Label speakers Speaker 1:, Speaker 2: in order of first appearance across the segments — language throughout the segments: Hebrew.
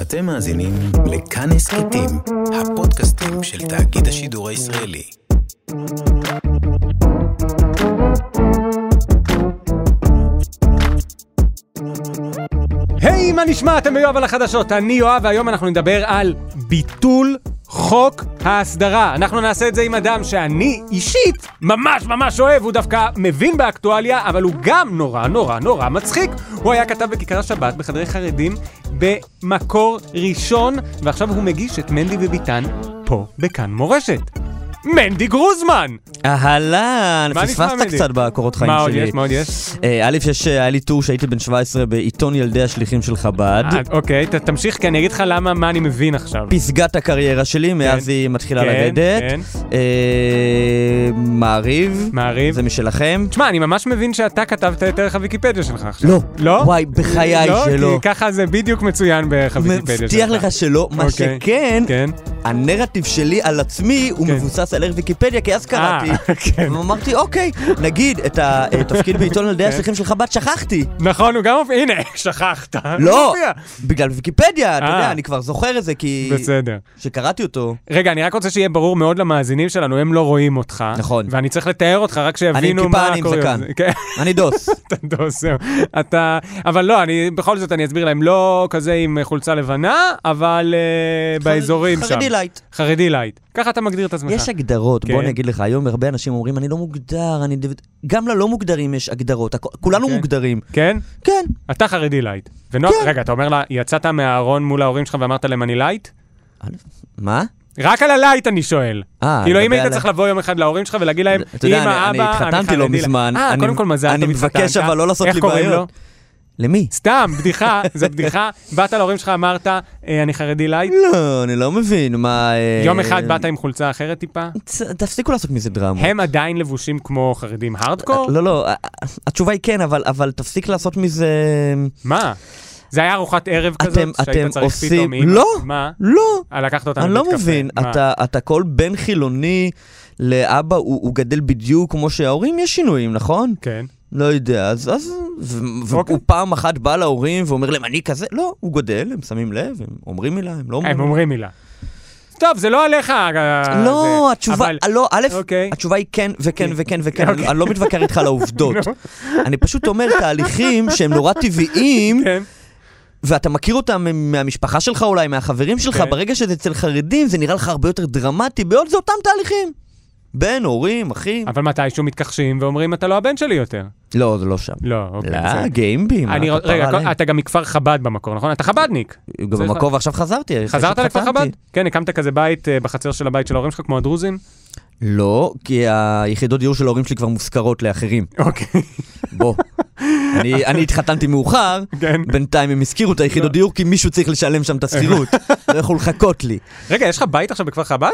Speaker 1: אתם מאזינים לכאן הסכתים, הפודקאסטים של תאגיד השידור הישראלי.
Speaker 2: היי, מה נשמע? אתם ביואב על החדשות. אני יואב, והיום אנחנו נדבר על ביטול חוק ההסדרה. אנחנו נעשה את זה עם אדם שאני אישית ממש ממש אוהב, הוא דווקא מבין באקטואליה, אבל הוא גם נורא נורא נורא מצחיק. הוא היה כתב בכיכר השבת בחדרי חרדים במקור ראשון, ועכשיו הוא מגיש את מנדי וביטן פה בכאן מורשת. מנדי גרוזמן!
Speaker 3: אהלן,
Speaker 2: מה נשמע,
Speaker 3: פספסת
Speaker 2: מדי?
Speaker 3: קצת בקורות חיים
Speaker 2: מה עוד
Speaker 3: שלי.
Speaker 2: יש? מה עוד יש?
Speaker 3: אה, א', יש, אה, היה לי טור שהייתי בן 17 בעיתון ילדי השליחים של חב"ד.
Speaker 2: אה, אוקיי, ת- תמשיך, כי אני אגיד לך למה, מה אני מבין עכשיו.
Speaker 3: פסגת הקריירה שלי, מאז היא מתחילה
Speaker 2: כן,
Speaker 3: לרדת.
Speaker 2: כן.
Speaker 3: אה, מעריב.
Speaker 2: מעריב.
Speaker 3: זה משלכם.
Speaker 2: תשמע, אני ממש מבין שאתה כתבת את ערך הוויקיפדיה שלך עכשיו.
Speaker 3: לא.
Speaker 2: לא?
Speaker 3: וואי, בחיי
Speaker 2: לא,
Speaker 3: שלא.
Speaker 2: כי ככה זה בדיוק מצוין בערך הוויקיפדיה שלך.
Speaker 3: מבטיח לך שלא, מה
Speaker 2: אוקיי.
Speaker 3: שכן,
Speaker 2: כן.
Speaker 3: הנרטיב שלי על עצמי הוא
Speaker 2: כן. אה,
Speaker 3: מבוסס על ערך ויקיפדיה, כי אז קראתי,
Speaker 2: כן.
Speaker 3: ואמרתי, אוקיי, נגיד, את התפקיד בעיתון ילדי השליחים של חב"ד שכחתי.
Speaker 2: נכון, הוא גם מופיע. הנה, שכחת. הוא
Speaker 3: לא,
Speaker 2: מופיע.
Speaker 3: בגלל ויקיפדיה, אתה
Speaker 2: אה.
Speaker 3: יודע, אני כבר זוכר את זה, כי...
Speaker 2: בסדר.
Speaker 3: שקראתי אותו.
Speaker 2: רגע, אני רק רוצה שיהיה ברור מאוד למאזינים שלנו, הם לא רואים אותך.
Speaker 3: נכון.
Speaker 2: ואני צריך לתאר אותך, רק
Speaker 3: אני עם
Speaker 2: שיבינו
Speaker 3: כיפה,
Speaker 2: מה
Speaker 3: אני עם
Speaker 2: קורה.
Speaker 3: זקן.
Speaker 2: כן.
Speaker 3: אני דוס.
Speaker 2: אתה דוסר. אתה... אבל לא, אני, בכל זאת אני אסביר להם, לא כזה עם חולצה לבנה, אבל אה, באזורים שם.
Speaker 3: חרדי לייט.
Speaker 2: חרדי לייט. ככה אתה מגדיר את עצמך.
Speaker 3: יש הגדרות, בוא
Speaker 2: כן.
Speaker 3: נגיד לך, היום הרבה אנשים אומרים, אני לא מוגדר, אני... דיו-" גם ללא מוגדרים יש הגדרות, הכ- כולנו
Speaker 2: כן.
Speaker 3: מוגדרים.
Speaker 2: כן?
Speaker 3: כן,
Speaker 2: אתה חרדי לייט. ונוח,
Speaker 3: כן.
Speaker 2: רגע, אתה אומר לה, יצאת מהארון מול ההורים שלך ואמרת להם אני לייט?
Speaker 3: מה?
Speaker 2: רק על הלייט אני שואל.
Speaker 3: אה,
Speaker 2: כאילו, אם
Speaker 3: לגבי
Speaker 2: היית
Speaker 3: הלייט.
Speaker 2: צריך לבוא יום אחד להורים שלך ולהגיד להם,
Speaker 3: אתה
Speaker 2: אמא,
Speaker 3: יודע, אני-
Speaker 2: אבא,
Speaker 3: אני
Speaker 2: אני
Speaker 3: התחתנתי לא
Speaker 2: חרדי לייט."
Speaker 3: מזמן.
Speaker 2: אה,
Speaker 3: אני-
Speaker 2: קודם כל מזל
Speaker 3: אני
Speaker 2: טוב, התחתנת.
Speaker 3: מבקש אבל לא לעשות לי
Speaker 2: איך קוראים לו?
Speaker 3: בעיות. למי?
Speaker 2: סתם, בדיחה, זו בדיחה. באת להורים שלך, אמרת, "אה, אני חרדי לייט.
Speaker 3: לא, אני לא מבין, מה... אה,
Speaker 2: יום אחד באת עם חולצה אחרת טיפה.
Speaker 3: צ- תפסיקו לעשות מזה דרמה.
Speaker 2: הם עדיין לבושים כמו חרדים הארדקור?
Speaker 3: לא, לא, ה- ה- התשובה היא כן, אבל- אבל תפסיק לעשות מזה...
Speaker 2: מה? זה היה ארוחת ערב
Speaker 3: אתם-
Speaker 2: כזאת, שהיית
Speaker 3: אתם
Speaker 2: צריך
Speaker 3: עושים-
Speaker 2: פתאום עם...
Speaker 3: לא.
Speaker 2: מה?
Speaker 3: לא,
Speaker 2: אה, לקחת אותנו
Speaker 3: אני לא
Speaker 2: לבית קפה.
Speaker 3: מבין,
Speaker 2: מה?
Speaker 3: אתה, אתה כל בן חילוני לאבא, הוא, הוא גדל בדיוק כמו שההורים, יש שינויים, נכון?
Speaker 2: כן.
Speaker 3: לא יודע, אז... אז ו- ו-
Speaker 2: אוקיי.
Speaker 3: והוא פעם אחת בא להורים ואומר להם, אני כזה, לא, הוא גדל, הם שמים לב, הם אומרים מילה, הם לא אומרים
Speaker 2: אה, הם
Speaker 3: מילה.
Speaker 2: אומרים מילה. טוב, זה לא עליך. אה,
Speaker 3: לא,
Speaker 2: זה-
Speaker 3: התשובה,
Speaker 2: אבל-
Speaker 3: לא, א',
Speaker 2: אוקיי.
Speaker 3: התשובה היא כן וכן וכן וכן, אני
Speaker 2: אוקיי.
Speaker 3: אני לא מתווכח איתך על העובדות. אני פשוט אומר תהליכים שהם נורא טבעיים,
Speaker 2: כן.
Speaker 3: ואתה מכיר אותם מהמשפחה שלך אולי, מהחברים שלך,
Speaker 2: כן.
Speaker 3: ברגע שזה אצל חרדים זה נראה לך הרבה יותר דרמטי, בעוד זה אותם תהליכים. בן, הורים, אחים.
Speaker 2: אבל מתישהו מתכחשים ואומרים, אתה לא הבן שלי יותר.
Speaker 3: לא, זה לא שם.
Speaker 2: לא, אוקיי. בסדר.
Speaker 3: לא, גיימבי, מה
Speaker 2: אני,
Speaker 3: אתה
Speaker 2: רגע,
Speaker 3: פרה עליהם?
Speaker 2: אתה גם מכפר חב"ד במקור, נכון? אתה חב"דניק.
Speaker 3: גם במקור ועכשיו חזרתי. אחרי
Speaker 2: חזרת לכפר
Speaker 3: שהתחתנתי.
Speaker 2: חב"ד? כן, הקמת כזה בית אה, בחצר של הבית של ההורים שלך, כמו הדרוזים?
Speaker 3: לא, כי היחידות דיור של ההורים שלי כבר מושכרות לאחרים.
Speaker 2: אוקיי,
Speaker 3: בוא. אני- אני התחתנתי מאוחר,
Speaker 2: כן. לא.
Speaker 3: בינתיים הם השכירו את היחידות דיור כי מישהו צריך לשלם שם את השכירות. לא יכלו לחכות לי.
Speaker 2: רגע, יש לך בית עכשיו בכפר חב"ד?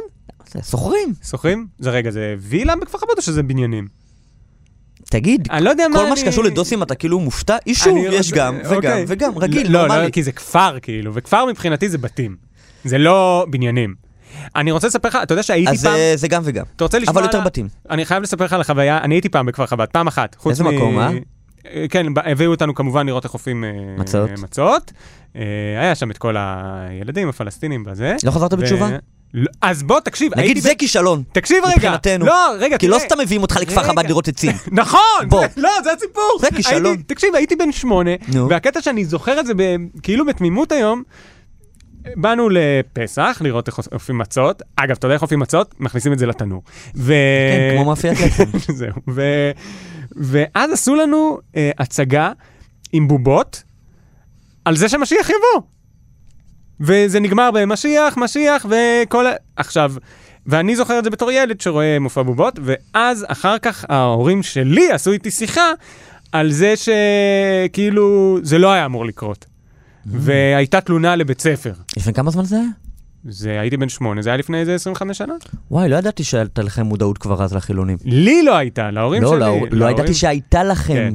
Speaker 3: זה סוחרים.
Speaker 2: שוכרים? זה רגע, זה וילה בכפר חב"ד או שזה בניינים?
Speaker 3: תגיד,
Speaker 2: אני לא יודע מה
Speaker 3: כל מה
Speaker 2: אני-
Speaker 3: שקשור לדוסים אתה כאילו מופתע, אישור,
Speaker 2: אני
Speaker 3: יש
Speaker 2: רוצה-
Speaker 3: גם, וגם,
Speaker 2: אוקיי.
Speaker 3: וגם, רגיל,
Speaker 2: לא, לא,
Speaker 3: נורמלי.
Speaker 2: כי זה כפר כאילו, וכפר מבחינתי זה בתים. זה לא בניינים. אני רוצה לספר לך, אתה יודע שהייתי
Speaker 3: אז
Speaker 2: פעם...
Speaker 3: אה, זה גם וגם.
Speaker 2: אתה רוצה לשמוע
Speaker 3: אבל
Speaker 2: על
Speaker 3: יותר
Speaker 2: ה-
Speaker 3: בתים.
Speaker 2: אני חייב לספר לך על החוויה, אני הייתי פעם בכפר חב"ד, פעם אחת. חוץ
Speaker 3: איזה
Speaker 2: מ-
Speaker 3: מקום, אה?
Speaker 2: אה? כן, ב- הביאו אותנו כמובן לראות איך עופים אה,
Speaker 3: מצות.
Speaker 2: מצות. אה, היה שם את כל הילדים הפלסטינים בזה.
Speaker 3: לא חזרת
Speaker 2: ו-
Speaker 3: בתשובה?
Speaker 2: לא, אז בוא, תקשיב,
Speaker 3: נגיד
Speaker 2: הייתי...
Speaker 3: זה
Speaker 2: ב-
Speaker 3: כישלון.
Speaker 2: תקשיב רגע.
Speaker 3: מבחינתנו.
Speaker 2: לא, רגע,
Speaker 3: כי לא
Speaker 2: תראה.
Speaker 3: סתם מביאים אותך לכפר
Speaker 2: רגע.
Speaker 3: חב"ד לראות עצים.
Speaker 2: נכון!
Speaker 3: בוא.
Speaker 2: זה- לא, זה הסיפור.
Speaker 3: זה כישלון.
Speaker 2: הייתי- תקשיב, הייתי בן שמונה,
Speaker 3: נו.
Speaker 2: והקטע שאני זוכר את זה ב- כאילו בתמימות היום, באנו לפסח לראות איך עופים מצות. אגב, אתה יודע איך עופים מצות? מכניסים את זה לתנור. ו...
Speaker 3: כן, כמו מאפיית לחם.
Speaker 2: זהו. ו... ואז עשו לנו אה, הצגה עם בובות על זה שמשיח יבוא. וזה נגמר במשיח, משיח וכל ה... עכשיו, ואני זוכר את זה בתור ילד שרואה מופע בובות, ואז אחר כך ההורים שלי עשו איתי שיחה על זה שכאילו זה לא היה אמור לקרות. Mm. והייתה תלונה לבית ספר.
Speaker 3: לפני כמה זמן זה היה?
Speaker 2: זה, הייתי בן שמונה, זה היה לפני איזה 25 שנה?
Speaker 3: וואי, לא ידעתי שהייתה לכם מודעות כבר אז לחילונים.
Speaker 2: לי לא הייתה, להורים
Speaker 3: לא,
Speaker 2: שלי.
Speaker 3: לא, לא
Speaker 2: להורים-
Speaker 3: ידעתי שהייתה לכם.
Speaker 2: כן.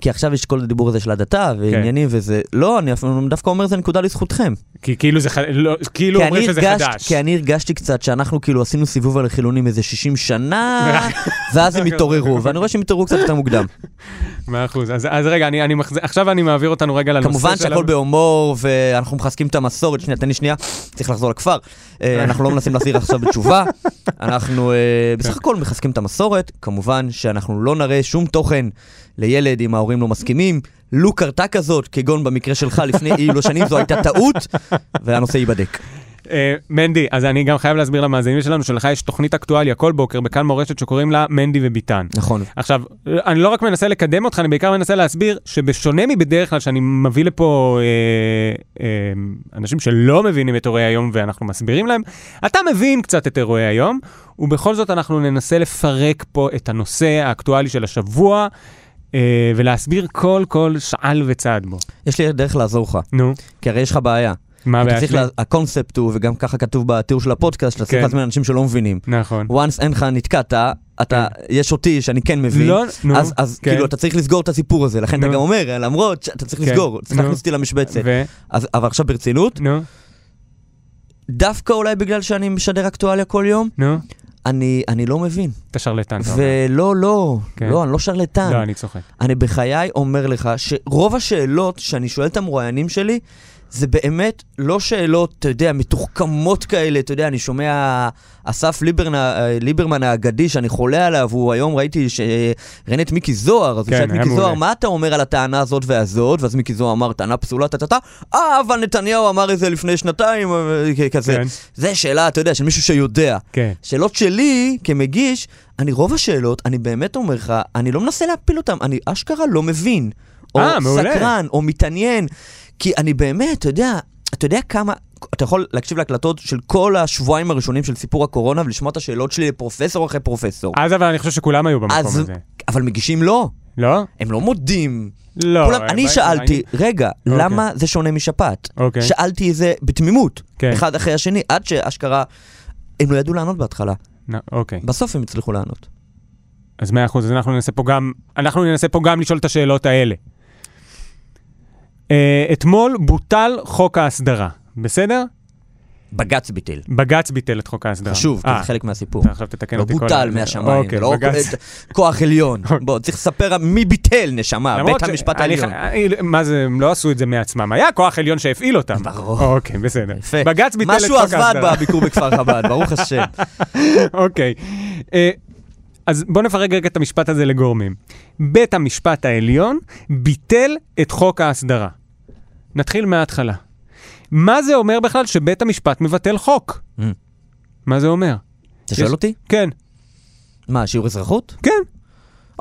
Speaker 3: כי עכשיו יש כל הדיבור הזה של הדתה ועניינים וזה, לא, אני אפילו דווקא אומר זה נקודה לזכותכם.
Speaker 2: כי כאילו זה חדש, כאילו
Speaker 3: כי
Speaker 2: אומרים
Speaker 3: אני
Speaker 2: שזה
Speaker 3: הרגשת-
Speaker 2: חדש.
Speaker 3: כי אני הרגשתי קצת שאנחנו כאילו עשינו סיבוב על החילונים איזה 60 שנה, ואז הם התעוררו, ואני רואה שהם התעוררו קצת יותר מוקדם.
Speaker 2: מאה אחוז. אז, אז רגע, אני, אני מחז... עכשיו אני מעביר אותנו רגע לנושא
Speaker 3: כמובן
Speaker 2: של...
Speaker 3: שהכל בהומור, ואנחנו מחזקים את המסורת. שנייה, תן לי שנייה, צריך לחזור לכפר. אה, אנחנו לא מנסים להחזיר עכשיו בתשובה. אנחנו אה,
Speaker 2: כן.
Speaker 3: בסך הכל מחזקים את המסורת. כמובן שאנחנו לא נראה שום תוכן לילד אם ההורים לא מסכימים. לו קרתה כזאת, כגון במקרה שלך לפני אילו שנים, זו הייתה טעות, והנושא ייבדק.
Speaker 2: אה, מנדי, אז אני גם חייב להסביר למאזינים שלנו שלך יש תוכנית אקטואליה כל בוקר בכאן מורשת שקוראים לה מנדי וביטן.
Speaker 3: נכון.
Speaker 2: עכשיו, אני לא רק מנסה לקדם אותך, אני בעיקר מנסה להסביר שבשונה מבדרך כלל שאני מביא לפה אה, אה, אנשים שלא מבינים את אירועי היום ואנחנו מסבירים להם, אתה מבין קצת את אירועי היום, ובכל זאת אנחנו ננסה לפרק פה את הנושא האקטואלי של השבוע. אה, ולהסביר כל כל שעל וצעד בו.
Speaker 3: יש לי דרך לעזור לך,
Speaker 2: נו,
Speaker 3: כי הרי יש לך בעיה.
Speaker 2: מה
Speaker 3: אתה
Speaker 2: הבעיה
Speaker 3: צריך
Speaker 2: שלי?
Speaker 3: לה- הקונספט הוא, וגם ככה כתוב בתיאור של הפודקאסט, שאתה
Speaker 2: כן.
Speaker 3: צריך להזמין אנשים שלא מבינים.
Speaker 2: נכון.
Speaker 3: once אין לך נתקעת, אתה, יש אותי שאני כן מבין,
Speaker 2: לא, נו,
Speaker 3: אז, אז
Speaker 2: כן.
Speaker 3: כאילו אתה צריך לסגור את הסיפור הזה, לכן אתה
Speaker 2: נו.
Speaker 3: גם אומר, למרות שאתה צריך
Speaker 2: כן,
Speaker 3: לסגור, צריך
Speaker 2: נו.
Speaker 3: להכניס אותי למשבצת.
Speaker 2: ו...
Speaker 3: אז, אבל עכשיו ברצינות,
Speaker 2: נו,
Speaker 3: דווקא אולי בגלל שאני משדר אקטואליה כל יום,
Speaker 2: נו,
Speaker 3: אני, אני לא מבין.
Speaker 2: אתה שרלטן. אתה אומר.
Speaker 3: ולא, לא,
Speaker 2: כן.
Speaker 3: לא, אני לא שרלטן.
Speaker 2: לא, אני צוחק.
Speaker 3: אני בחיי אומר לך שרוב השאלות שאני שואל את המרואיינים שלי, זה באמת לא שאלות, אתה יודע, מתוחכמות כאלה, אתה יודע, אני שומע אסף ליברנ, אה, ליברמן האגדי שאני חולה עליו, הוא היום ראיתי שראיין את מיקי זוהר, אז הוא
Speaker 2: כן,
Speaker 3: שאל את
Speaker 2: היה
Speaker 3: מיקי זוהר,
Speaker 2: מעולה.
Speaker 3: מה אתה אומר על הטענה הזאת והזאת? ואז מיקי זוהר אמר, טענה פסולה, טה-טה-טה, אה, אבל נתניהו אמר את זה לפני שנתיים, אה, כזה.
Speaker 2: כן.
Speaker 3: זה שאלה, אתה יודע, של מישהו שיודע.
Speaker 2: כן.
Speaker 3: שאלות שלי, כמגיש, אני רוב השאלות, אני באמת אומר לך, אני לא מנסה להפיל אותן, אני אשכרה לא מבין. או
Speaker 2: אה, מעולה.
Speaker 3: סקרן, או מתעניין. כי אני באמת, אתה יודע, אתה יודע כמה... אתה יכול להקשיב להקלטות של כל השבועיים הראשונים של סיפור הקורונה ולשמוע את השאלות שלי לפרופסור אחרי פרופסור.
Speaker 2: אז אבל אני חושב שכולם היו אה, לא במקום
Speaker 3: אז...
Speaker 2: הזה.
Speaker 3: אבל מגישים לא,
Speaker 2: לא?
Speaker 3: הם לא מודים.
Speaker 2: לא.
Speaker 3: כולם,
Speaker 2: אה,
Speaker 3: אני
Speaker 2: בא-
Speaker 3: שאלתי, רגע,
Speaker 2: אוקיי.
Speaker 3: למה זה שונה משפעת?
Speaker 2: אוקיי.
Speaker 3: שאלתי את זה בתמימות,
Speaker 2: כן.
Speaker 3: אחד אחרי השני, עד שאשכרה, הם לא ידעו לענות בהתחלה.
Speaker 2: נ- אוקיי.
Speaker 3: בסוף הם הצליחו לענות.
Speaker 2: אז מאה אחוז, אז אנחנו ננסה פה גם, אנחנו ננסה פה גם לשאול את השאלות האלה. אה, אתמול בוטל חוק ההסדרה, בסדר?
Speaker 3: בג"ץ ביטל.
Speaker 2: בג"ץ ביטל את חוק ההסדרה.
Speaker 3: חשוב, כי
Speaker 2: אה,
Speaker 3: זה חלק מהסיפור.
Speaker 2: אתה עכשיו תתקן
Speaker 3: לא
Speaker 2: אותי כל...
Speaker 3: בוטל
Speaker 2: ה-
Speaker 3: מהשמיים,
Speaker 2: אוקיי,
Speaker 3: לא
Speaker 2: בג"ץ. אוקיי.
Speaker 3: את- כוח עליון. בוא, צריך לספר מי ביטל, נשמה,
Speaker 2: למרות
Speaker 3: בית
Speaker 2: ש-
Speaker 3: המשפט
Speaker 2: אני
Speaker 3: העליון.
Speaker 2: ח- אני- מה זה, הם לא עשו את זה מעצמם, היה כוח עליון שהפעיל אותם.
Speaker 3: ברור.
Speaker 2: אוקיי, בסדר.
Speaker 3: יפה.
Speaker 2: בג"ץ ביטל את
Speaker 3: משהו
Speaker 2: חוק ההסדרה.
Speaker 3: עבד בביקור בכפר חב"ד, ברוך השם.
Speaker 2: אוקיי. אה, אז בואו נפרק רגע את המשפט הזה לגורמים. בית המשפט העליון ביטל את חוק ההסדרה. נתחיל מההתחלה. מה זה אומר בכלל שבית המשפט מבטל חוק?
Speaker 3: Mm.
Speaker 2: מה זה אומר?
Speaker 3: אתה שואל אותי?
Speaker 2: כן,
Speaker 3: מה, שיעור אזרחות?
Speaker 2: כן.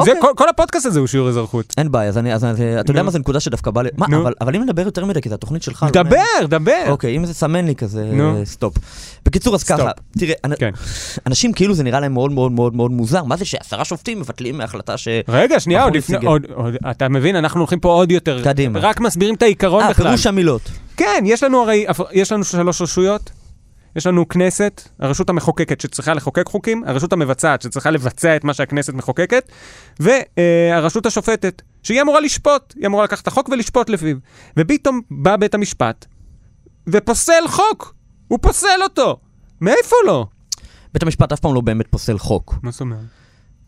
Speaker 2: זה,
Speaker 3: אוקיי.
Speaker 2: כל, כל הפודקאסט הזה הוא שיעור אזרחות.
Speaker 3: אין בעיה, אז אני, אז אני- אתה יודע
Speaker 2: נו.
Speaker 3: מה, זו נקודה שדווקא בא ל... מה,
Speaker 2: נו.
Speaker 3: אבל- אבל אם נדבר יותר מדי, כי זו התוכנית שלך. לא
Speaker 2: דבר,
Speaker 3: מעניין.
Speaker 2: דבר.
Speaker 3: אוקיי, אם זה סמן לי כזה,
Speaker 2: נו.
Speaker 3: אה, סטופ. בקיצור, אז
Speaker 2: סטופ.
Speaker 3: ככה, תראה, אנ-
Speaker 2: כן.
Speaker 3: אנשים כאילו זה נראה להם מאוד מאוד מאוד מאוד מוזר, מה זה שעשרה שופטים מבטלים מהחלטה ש...
Speaker 2: רגע, שנייה,
Speaker 3: אנחנו
Speaker 2: עוד לפני,
Speaker 3: נציגי.
Speaker 2: עוד, עוד, אתה מבין, אנחנו הולכים פה עוד יותר.
Speaker 3: קדימה.
Speaker 2: רק מסבירים את העיקרון
Speaker 3: אה,
Speaker 2: נכון בכלל.
Speaker 3: פירוש המילות.
Speaker 2: כן, יש לנו הרי, יש לנו שלוש רשויות. יש לנו כנסת, הרשות המחוקקת שצריכה לחוקק חוקים, הרשות המבצעת שצריכה לבצע את מה שהכנסת מחוקקת, והרשות השופטת, שהיא אמורה לשפוט, היא אמורה לקחת את החוק ולשפוט לפיו. ופתאום בא בית המשפט ופוסל חוק, הוא פוסל אותו. מאיפה לא?
Speaker 3: בית המשפט אף פעם לא באמת פוסל חוק.
Speaker 2: מה זאת אומרת?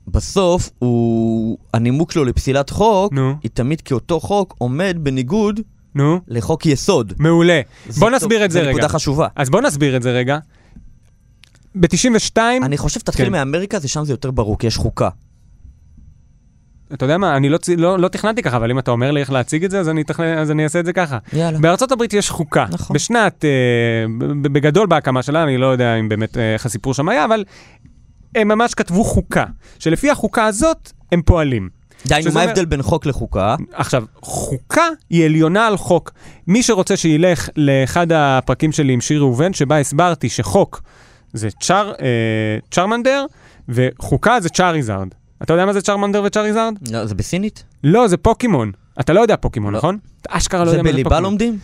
Speaker 3: בסוף הוא... הנימוק שלו לפסילת חוק,
Speaker 2: נו.
Speaker 3: היא תמיד כי אותו חוק עומד בניגוד
Speaker 2: נו,
Speaker 3: לחוק יסוד.
Speaker 2: מעולה. בוא
Speaker 3: זו-
Speaker 2: נסביר את זה
Speaker 3: זו
Speaker 2: רגע.
Speaker 3: נקודה חשובה.
Speaker 2: אז בוא נסביר את זה רגע. ב-92,
Speaker 3: אני חושב שתתחיל
Speaker 2: כן.
Speaker 3: מאמריקה, זה שם זה יותר ברור, כי יש חוקה.
Speaker 2: אתה יודע מה, אני לא, צ- לא, לא תכננתי ככה, אבל אם אתה אומר לי איך להציג את זה, אז אני, תכנן, אז אני אעשה את זה ככה.
Speaker 3: יאללה.
Speaker 2: בארצות הברית יש חוקה.
Speaker 3: נכון.
Speaker 2: בשנת, אה, ב- בגדול בהקמה שלה, אני לא יודע אם באמת אה, איך הסיפור שם היה, אבל הם ממש כתבו חוקה, שלפי החוקה הזאת הם פועלים.
Speaker 3: דהיינו,
Speaker 2: שזה
Speaker 3: מה
Speaker 2: אומר-
Speaker 3: ההבדל בין חוק לחוקה?
Speaker 2: עכשיו, חוקה היא עליונה על חוק. מי שרוצה שילך לאחד הפרקים שלי עם שיר ראובן, שבה הסברתי שחוק זה צ'אר, אה, צ'רמנדר, וחוקה זה צ'אריזארד. אתה יודע מה זה צ'רמנדר וצ'אריזארד?
Speaker 3: לא, זה בסינית?
Speaker 2: לא, זה פוקימון. אתה לא יודע פוקימון, נכון? אתה אשכרה לא
Speaker 3: זה
Speaker 2: יודע מה זה
Speaker 3: בליבה
Speaker 2: פוקימון.
Speaker 3: לומדים?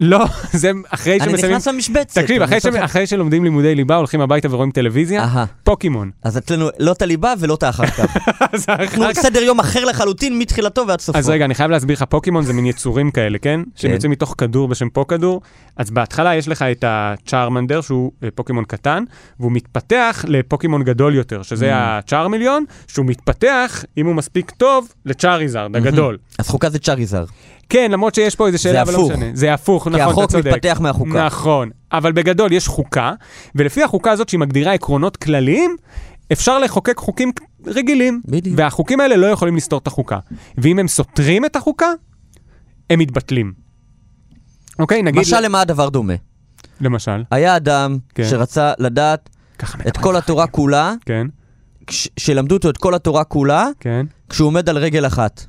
Speaker 2: לא, זה אחרי
Speaker 3: אני
Speaker 2: שמסיימים...
Speaker 3: נכנס למשבצת.
Speaker 2: תקשיב,
Speaker 3: אני
Speaker 2: אחרי, ש...
Speaker 3: נכנס-
Speaker 2: אחרי שלומדים לימודי ליבה, הולכים הביתה ורואים טלוויזיה,
Speaker 3: אהה.
Speaker 2: פוקימון.
Speaker 3: אז אצלנו לא את הליבה ולא את האחר כך.
Speaker 2: אז,
Speaker 3: אנחנו
Speaker 2: אחר... כך-
Speaker 3: סדר יום אחר לחלוטין מתחילתו ועד סופו.
Speaker 2: אז רגע, אני חייב להסביר לך, פוקימון זה מין יצורים כאלה, כן? שהם
Speaker 3: כן.
Speaker 2: יוצאים מתוך כדור בשם פוקדור. אז בהתחלה יש לך את הצ'ארמנדר, שהוא אה, פוקימון קטן, והוא מתפתח לפוקימון גדול יותר, שזה
Speaker 3: Mm.
Speaker 2: הצ'ארמיליון, שהוא מתפתח, אם הוא מספיק טוב, לצ'אריזארד הגדול.
Speaker 3: אז חוקה זה צ'אריזר.
Speaker 2: כן, למרות שיש פה איזה שאלה, אבל לא
Speaker 3: הפוך.
Speaker 2: משנה. זה הפוך, נכון, אתה
Speaker 3: החוק
Speaker 2: צודק.
Speaker 3: מתפתח מהחוקה.
Speaker 2: נכון, אבל בגדול יש חוקה, ולפי החוקה הזאת שהיא מגדירה עקרונות כלליים, אפשר לחוקק חוקים רגילים.
Speaker 3: בדיוק.
Speaker 2: והחוקים האלה לא יכולים לסתור את החוקה. ואם הם סותרים את החוקה, הם מתבטלים. אוקיי, נגיד...
Speaker 3: משל למה הדבר דומה?
Speaker 2: למשל,
Speaker 3: היה אדם
Speaker 2: כן.
Speaker 3: שרצה לדעת
Speaker 2: ככה
Speaker 3: את
Speaker 2: מדברים.
Speaker 3: כל התורה כולה,
Speaker 2: כן,
Speaker 3: כש- שלמדו אותו את כל התורה כולה,
Speaker 2: כן.
Speaker 3: כשהוא עומד על רגל אחת.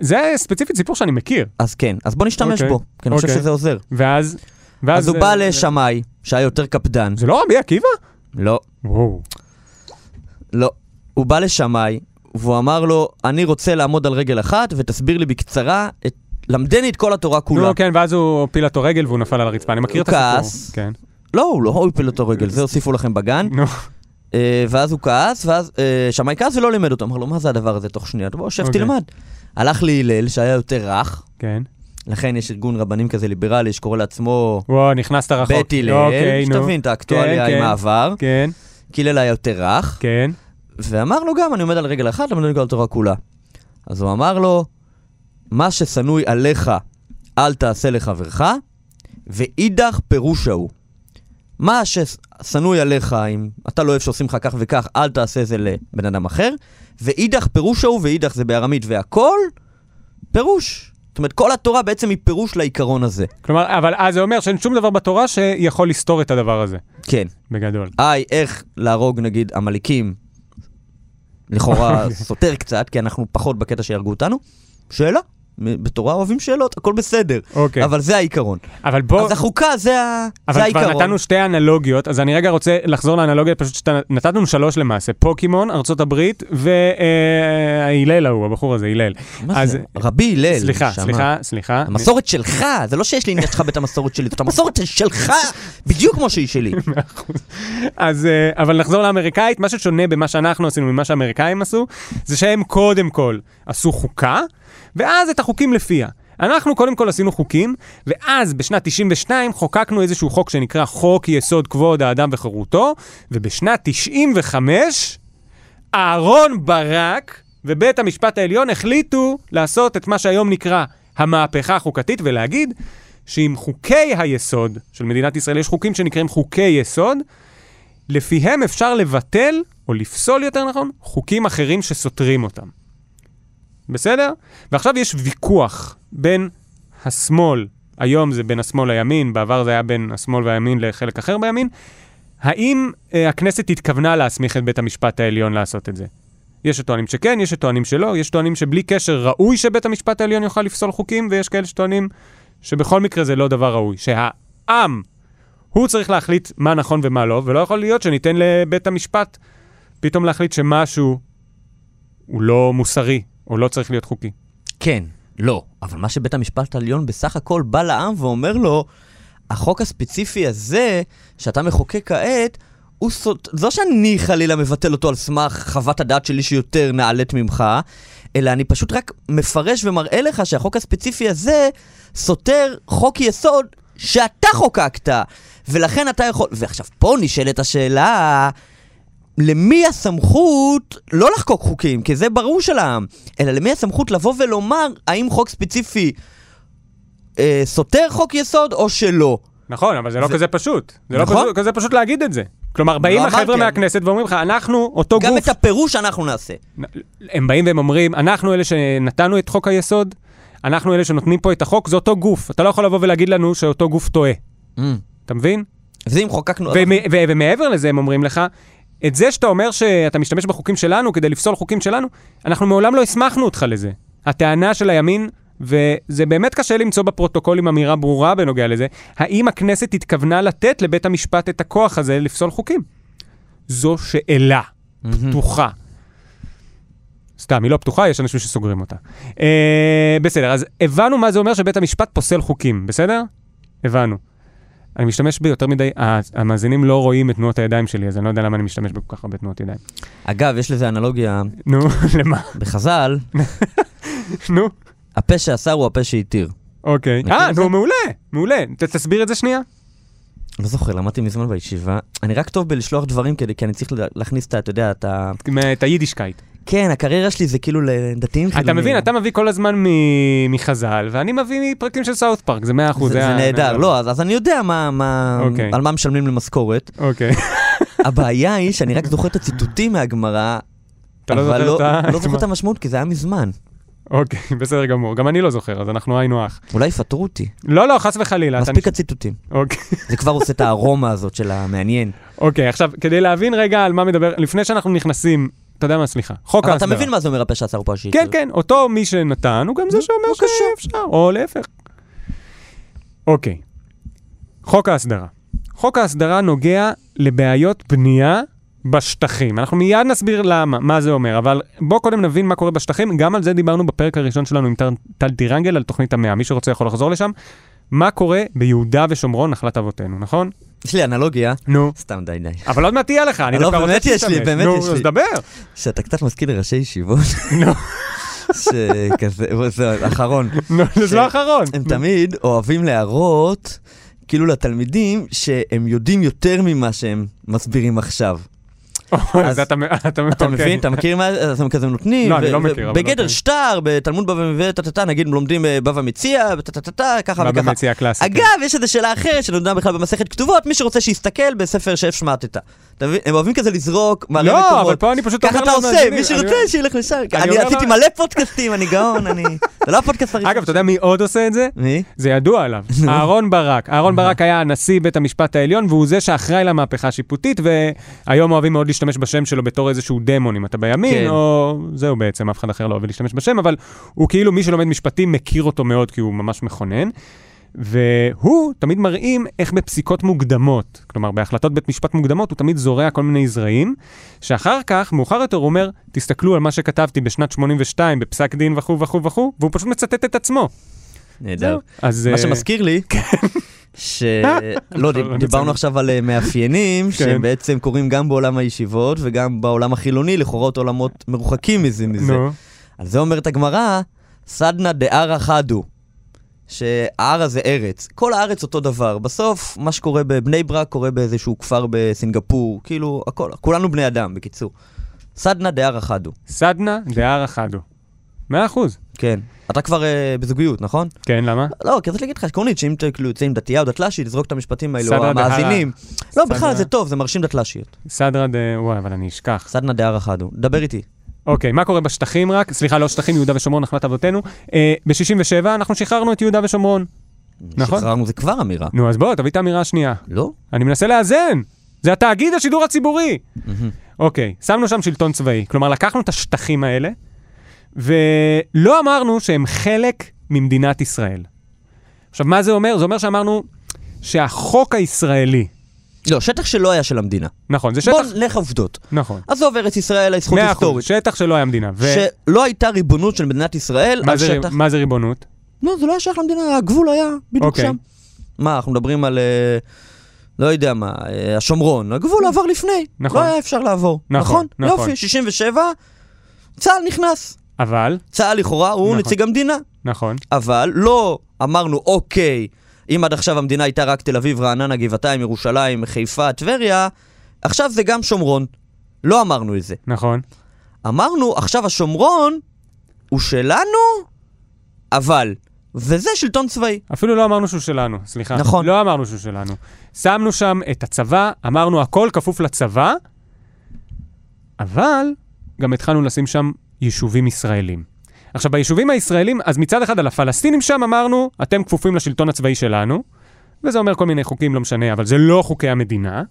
Speaker 2: זה ספציפית סיפור שאני מכיר.
Speaker 3: אז כן, אז בוא נשתמש
Speaker 2: אוקיי.
Speaker 3: בו, כי אני חושב
Speaker 2: אוקיי.
Speaker 3: שזה עוזר.
Speaker 2: ואז... ואז
Speaker 3: אז הוא
Speaker 2: אה,
Speaker 3: בא לשמאי, שהיה יותר קפדן.
Speaker 2: זה לא רבי עקיבא?
Speaker 3: לא,
Speaker 2: וואו.
Speaker 3: לא. הוא בא לשמאי, והוא אמר לו, אני רוצה לעמוד על רגל אחת, ותסביר לי בקצרה את... למדני את כל התורה כולה.
Speaker 2: נו, כן, ואז הוא הפיל אותו רגל והוא נפל על הרצפה. אני מכיר
Speaker 3: הוא
Speaker 2: את הסיפור.
Speaker 3: כעס.
Speaker 2: כן.
Speaker 3: לא, הוא לא הוא הפיל אותו רגל, זה הוסיפו לכם בגן.
Speaker 2: נו,
Speaker 3: אה, ואז הוא כעס, ואז אה, שמאי כעס ולא לימד אותו. אמר לו, מה זה הדבר הזה תוך שנייה? בוא, שב,
Speaker 2: אוקיי.
Speaker 3: תלמד. הלך להלל, שהיה יותר רך,
Speaker 2: כן.
Speaker 3: לכן יש ארגון רבנים כזה ליברלי שקורא לעצמו
Speaker 2: וואו, נכנסת רחוק.
Speaker 3: בית הלל,
Speaker 2: אוקיי, נו.
Speaker 3: שתבין את האקטואליה
Speaker 2: כן,
Speaker 3: עם
Speaker 2: כן.
Speaker 3: העבר.
Speaker 2: כן,
Speaker 3: קילל היה יותר רך,
Speaker 2: כן.
Speaker 3: ואמר לו גם, אני עומד על רגל אחת, למדנו את כל התורה כולה. אז הוא אמר לו, מה ששנוי עליך, אל תעשה לחברך, ואידך פירוש ההוא. מה ששנוי עליך, אם אתה לא אוהב שעושים לך כך וכך, אל תעשה זה לבן אדם אחר, ואידך פירוש ההוא, ואידך זה בארמית, והכל פירוש. זאת אומרת, כל התורה בעצם היא פירוש לעיקרון הזה.
Speaker 2: כלומר, אבל אז זה אומר שאין שום דבר בתורה שיכול לסתור את הדבר הזה,
Speaker 3: כן.
Speaker 2: בגדול.
Speaker 3: איי, איך להרוג נגיד עמליקים, לכאורה סותר קצת, כי אנחנו פחות בקטע שיהרגו אותנו. שאלה, מ- בתורה אוהבים שאלות, הכל בסדר.
Speaker 2: אוקיי.
Speaker 3: אבל זה העיקרון.
Speaker 2: אבל בוא,
Speaker 3: אז החוקה זה, ה... זה
Speaker 2: אבל כבר
Speaker 3: העיקרון.
Speaker 2: נתנו שתי אנלוגיות, אז אני רגע רוצה לחזור לאנלוגיה פשוט שנתנו שלוש למעשה, פוקימון, ארצות הברית, וההלל ההוא, הבחור הזה, הלל.
Speaker 3: מה
Speaker 2: אז-
Speaker 3: זה? רבי הלל.
Speaker 2: סליחה,
Speaker 3: שמע.
Speaker 2: סליחה, סליחה.
Speaker 3: המסורת שלך, זה לא שיש לי עניין שלך ואת המסורת שלי, זאת המסורת שלך, בדיוק כמו שהיא שלי.
Speaker 2: אז, אה, אבל נחזור לאמריקאית, מה ששונה במה שאנחנו עשינו ממה שהאמריקאים עשו, זה שהם קודם כל עשו חוקה, ואז את החוקים לפיה. אנחנו קודם כל עשינו חוקים, ואז בשנת 92 חוקקנו איזשהו חוק שנקרא חוק יסוד כבוד האדם וחירותו, ובשנת 95 אהרון ברק ובית המשפט העליון החליטו לעשות את מה שהיום נקרא המהפכה החוקתית ולהגיד שעם חוקי היסוד של מדינת ישראל, יש חוקים שנקראים חוקי יסוד, לפיהם אפשר לבטל, או לפסול יותר נכון, חוקים אחרים שסותרים אותם. בסדר? ועכשיו יש ויכוח בין השמאל, היום זה בין השמאל לימין, בעבר זה היה בין השמאל והימין לחלק אחר בימין, האם אה, הכנסת התכוונה להסמיך את בית המשפט העליון לעשות את זה? יש שטוענים שכן, יש שטוענים שלא, יש שטוענים שבלי קשר ראוי שבית המשפט העליון יוכל לפסול חוקים, ויש כאלה שטוענים שבכל מקרה זה לא דבר ראוי, שהעם הוא צריך להחליט מה נכון ומה לא, ולא יכול להיות שניתן לבית המשפט פתאום להחליט שמשהו הוא לא מוסרי, או לא צריך להיות חוקי.
Speaker 3: כן, לא. אבל מה שבית המשפט העליון בסך הכל בא לעם ואומר לו, החוק הספציפי הזה שאתה מחוקק כעת, הוא סוד... זה לא שאני חלילה מבטל אותו על סמך חוות הדעת שלי שיותר נעלית ממך, אלא אני פשוט רק מפרש ומראה לך שהחוק הספציפי הזה סותר חוק יסוד שאתה חוקקת, ולכן אתה יכול... ועכשיו, פה נשאלת השאלה... למי הסמכות לא לחקוק חוקים, כי זה ברור של העם, אלא למי הסמכות לבוא ולומר האם חוק ספציפי אה, סותר חוק יסוד או שלא.
Speaker 2: נכון, אבל זה לא
Speaker 3: זה-
Speaker 2: כזה פשוט. זה לא
Speaker 3: נכון. לא
Speaker 2: כזה- כזה פשוט להגיד את זה. כלומר, באים
Speaker 3: אמרתי,
Speaker 2: החבר'ה
Speaker 3: אבל-
Speaker 2: מהכנסת ואומרים לך, אנחנו אותו
Speaker 3: גם
Speaker 2: לא, גוף
Speaker 3: את הפירוש אנחנו נעשה.
Speaker 2: הם באים והם אומרים, אנחנו אלה שנתנו את חוק היסוד, אנחנו אלה שנותנים פה את החוק, זה אותו גוף. אתה לא יכול לבוא ולהגיד לנו שאותו גוף טועה.
Speaker 3: Mm.
Speaker 2: אתה מבין?
Speaker 3: זה אם חוקקנו...
Speaker 2: ומ- ו- ומעבר לזה הם אומרים לך, את זה שאתה אומר שאתה משתמש בחוקים שלנו כדי לפסול חוקים שלנו, אנחנו מעולם לא הסמכנו אותך לזה. הטענה של הימין, וזה באמת קשה למצוא בפרוטוקולים אמירה ברורה בנוגע לזה, האם הכנסת התכוונה לתת לבית המשפט את הכוח הזה לפסול חוקים? זו שאלה פתוחה. סתם, היא לא פתוחה, יש אנשים שסוגרים אותה. אה, בסדר, אז הבנו מה זה אומר שבית המשפט פוסל חוקים, בסדר? הבנו. אני משתמש ביותר מדי, ה- המאזינים לא רואים את תנועות הידיים שלי, אז אני לא יודע למה אני משתמש בכל כך הרבה תנועות ידיים.
Speaker 3: אגב, יש לזה אנלוגיה
Speaker 2: נו, למה?
Speaker 3: בחז"ל,
Speaker 2: נו,
Speaker 3: הפה שאסר הוא הפה שהתיר.
Speaker 2: אוקיי.
Speaker 3: מכיר
Speaker 2: אה,
Speaker 3: את
Speaker 2: נו,
Speaker 3: זה?
Speaker 2: מעולה, מעולה. ת- תסביר את זה שנייה.
Speaker 3: לא זוכר, למדתי מזמן בישיבה. אני רק טוב בלשלוח דברים כדי, כי אני צריך לה- להכניס את ה... אתה יודע, את ה...
Speaker 2: מה- את היידישקייט.
Speaker 3: כן, הקריירה שלי זה כאילו לדתיים
Speaker 2: אתה
Speaker 3: חילונים.
Speaker 2: מבין, אתה מביא כל הזמן מ- מחז"ל, ואני מביא מפרקים של סאוט פארק, זה 100
Speaker 3: זה,
Speaker 2: אחוז. אה,
Speaker 3: זה נהדר, לא, אז, אז אני יודע מה, מה,
Speaker 2: אוקיי.
Speaker 3: על מה משלמים למשכורת.
Speaker 2: אוקיי.
Speaker 3: הבעיה היא שאני רק זוכר את הציטוטים מהגמרא,
Speaker 2: אתה לא
Speaker 3: אבל
Speaker 2: זוכר את ה...
Speaker 3: לא זוכר את המשמעות, כי זה היה מזמן.
Speaker 2: אוקיי, בסדר גמור. גם אני לא זוכר, אז אנחנו היינו אח.
Speaker 3: אולי יפטרו אותי.
Speaker 2: לא, לא, חס וחלילה. אתה
Speaker 3: מספיק הציטוטים.
Speaker 2: אוקיי.
Speaker 3: זה כבר עושה את הארומה הזאת של המעניין.
Speaker 2: אוקיי, עכשיו, כדי להבין רגע על מה מדבר, לפני שאנחנו נכנסים, אתה יודע מה, סליחה, חוק
Speaker 3: אבל
Speaker 2: ההסדרה.
Speaker 3: אתה מבין מה זה אומר הפה שעצר פה השיטה.
Speaker 2: כן, כן, אותו מי שנתן, הוא גם זה שאומר
Speaker 3: הוא קשור.
Speaker 2: שאפשר, או להפך. אוקיי, חוק ההסדרה. חוק ההסדרה נוגע לבעיות בנייה בשטחים. אנחנו מיד נסביר למה, מה זה אומר, אבל בואו קודם נבין מה קורה בשטחים. גם על זה דיברנו בפרק הראשון שלנו עם טל- טל טירנגל, על תוכנית המאה. מי שרוצה יכול לחזור לשם. מה קורה ביהודה ושומרון, נחלת אבותינו, נכון?
Speaker 3: יש לי אנלוגיה.
Speaker 2: נו.
Speaker 3: סתם, די, די.
Speaker 2: אבל עוד מעט תהיה לך, אני
Speaker 3: לא,
Speaker 2: דווקא רוצה
Speaker 3: באמת יש לי,
Speaker 2: שתשתמש.
Speaker 3: באמת
Speaker 2: נו,
Speaker 3: יש לי.
Speaker 2: אז דבר.
Speaker 3: שאתה קצת מזכיר לראשי ישיבות,
Speaker 2: נו,
Speaker 3: שכזה, זה אחרון.
Speaker 2: נו, זה לא האחרון.
Speaker 3: הם תמיד אוהבים להראות, כאילו לתלמידים, שהם יודעים יותר ממה שהם מסבירים עכשיו.
Speaker 2: אוי,
Speaker 3: אז-
Speaker 2: זה אתה מ- אתה
Speaker 3: אתה
Speaker 2: אוקיי.
Speaker 3: מבין? אתה מכיר מה אז הם כזה נותנים?
Speaker 2: לא, אני
Speaker 3: ו-
Speaker 2: לא
Speaker 3: ו-
Speaker 2: מכיר, אבל
Speaker 3: בגדר
Speaker 2: אוקיי.
Speaker 3: שטר, בתלמוד בבא מציעא, טה-טה-טא, נגיד לומדים אה, בבא מציע, טה-טה-טה, ככה
Speaker 2: מה
Speaker 3: וככה.
Speaker 2: במציאה הקלאסית.
Speaker 3: אגב, יש איזו שאלה אחרת שנדונה בכלל במסכת כתובות, מי שרוצה שיסתכל בספר שהשמטת. אתה מבין? הם אוהבים כזה לזרוק, מראה
Speaker 2: לא, אבל
Speaker 3: מקומות.
Speaker 2: פה אני פשוט
Speaker 3: ככה
Speaker 2: אומר
Speaker 3: אתה עושה,
Speaker 2: למאזינים,
Speaker 3: מי
Speaker 2: אני-
Speaker 3: שרוצה שילך לשם. אני
Speaker 2: אומר לו-
Speaker 3: עשיתי מלא פודקאסטים, אני גאון, אני... זה לא הפודקאסט הראשון.
Speaker 2: אגב, אתה יודע מי עוד עושה את זה?
Speaker 3: מי?
Speaker 2: זה ידוע עליו, אהרון ברק. אהרון ברק היה נשיא בית המשפט העליון, והוא זה שאחראי למהפכה השיפוטית, והיום אוהבים מאוד להשתמש בשם שלו בתור איזשהו דמון, אם אתה בימין,
Speaker 3: כן.
Speaker 2: או זהו בעצם, אף אחד אחר לא אוהב להשתמש בשם, אבל הוא כאילו, מי שלומד משפטים מכיר אותו מאוד, כי הוא ממש מכונן. והוא תמיד מראים איך בפסיקות מוקדמות, כלומר בהחלטות בית משפט מוקדמות, הוא תמיד זורע כל מיני זרעים, שאחר כך, מאוחר יותר, הוא אומר, תסתכלו על מה שכתבתי בשנת 82 בפסק דין וכו' וכו' וכו', והוא פשוט מצטט את עצמו.
Speaker 3: נהדר.
Speaker 2: אז...
Speaker 3: מה
Speaker 2: אה,
Speaker 3: שמזכיר לי, ש... לא, דיב-
Speaker 2: מצוין.
Speaker 3: דיברנו עכשיו על אה, מאפיינים שהם בעצם קורים גם בעולם הישיבות וגם בעולם החילוני, לכאורה את עולמות מרוחקים מזה מזה.
Speaker 2: נו,
Speaker 3: על זה אומרת הגמרא, סדנא דערא חדו, שהערא זה ארץ. כל הארץ אותו דבר. בסוף, מה שקורה בבני ברק קורה באיזשהו כפר בסינגפור, כאילו, הכל, כולנו בני אדם, בקיצור. סדנא דערא חדו.
Speaker 2: סדנה דהר אחדו. מאה אחוז.
Speaker 3: כן. אתה כבר אה, בזוגיות, נכון?
Speaker 2: כן, למה?
Speaker 3: לא, כי רציתי להגיד לך עקרונית, שאם אתה כאילו יוצא עם דתייה או דתל"שי, תזרוק את המשפטים האלו,
Speaker 2: סדרה
Speaker 3: המאזינים. לא, בכלל
Speaker 2: סדרה.
Speaker 3: זה טוב, זה מרשים דתל"שיות.
Speaker 2: סדרה דה... וואי, אבל אני אשכח.
Speaker 3: סדנא דערא חדו. דבר איתי.
Speaker 2: אוקיי, מה קורה בשטחים רק? סליחה, לא שטחים, יהודה ושומרון, נחלת אבותינו. אה, ב-67 אנחנו שחררנו את יהודה ושומרון. נכון.
Speaker 3: שחררנו זה כבר אמירה.
Speaker 2: נו, אז בוא, תביא את האמירה השנייה.
Speaker 3: לא?
Speaker 2: אני מנסה לאזן! זה התאגיד השידור הציבורי!
Speaker 3: מהמם.
Speaker 2: אוקיי, שמנו שם שלטון צבאי. כלומר, לקחנו את השטחים האלה, ולא אמרנו שהם חלק ממדינת ישראל. עכשיו, מה זה אומר? זה אומר שאמרנו שהחוק הישראלי,
Speaker 3: לא, שטח שלא היה של המדינה.
Speaker 2: נכון, זה שטח...
Speaker 3: בוא נלך עובדות.
Speaker 2: נכון.
Speaker 3: עזוב ארץ ישראל, היא זכות
Speaker 2: מאה אחוז,
Speaker 3: היסטורית.
Speaker 2: שטח שלא היה מדינה. ו...
Speaker 3: שלא הייתה ריבונות של מדינת ישראל
Speaker 2: מה,
Speaker 3: על
Speaker 2: זה,
Speaker 3: שטח...
Speaker 2: מה זה ריבונות?
Speaker 3: לא, זה לא היה שייך למדינה, הגבול היה בדיוק
Speaker 2: אוקיי.
Speaker 3: שם. מה, אנחנו מדברים על... אה, לא יודע מה, אה, השומרון. הגבול עבר לפני.
Speaker 2: נכון.
Speaker 3: לא היה אפשר לעבור.
Speaker 2: נכון, נכון.
Speaker 3: יופי, 67, צה"ל נכנס.
Speaker 2: אבל,
Speaker 3: צה"ל לכאורה הוא
Speaker 2: נכון.
Speaker 3: נציג המדינה,
Speaker 2: נכון,
Speaker 3: אבל לא אמרנו אוקיי, אם עד עכשיו המדינה הייתה רק תל אביב, רעננה, גבעתיים, ירושלים, חיפה, טבריה, עכשיו זה גם שומרון. לא אמרנו את זה.
Speaker 2: נכון.
Speaker 3: אמרנו עכשיו השומרון הוא שלנו, אבל. וזה שלטון צבאי.
Speaker 2: אפילו לא אמרנו שהוא שלנו, סליחה.
Speaker 3: נכון.
Speaker 2: לא אמרנו שהוא שלנו. שמנו שם את הצבא, אמרנו הכל כפוף לצבא, אבל גם התחלנו לשים שם יישובים ישראלים. עכשיו, ביישובים הישראלים, אז מצד אחד על הפלסטינים שם אמרנו, אתם כפופים לשלטון הצבאי שלנו, וזה אומר כל מיני חוקים, לא משנה, אבל זה לא חוקי המדינה,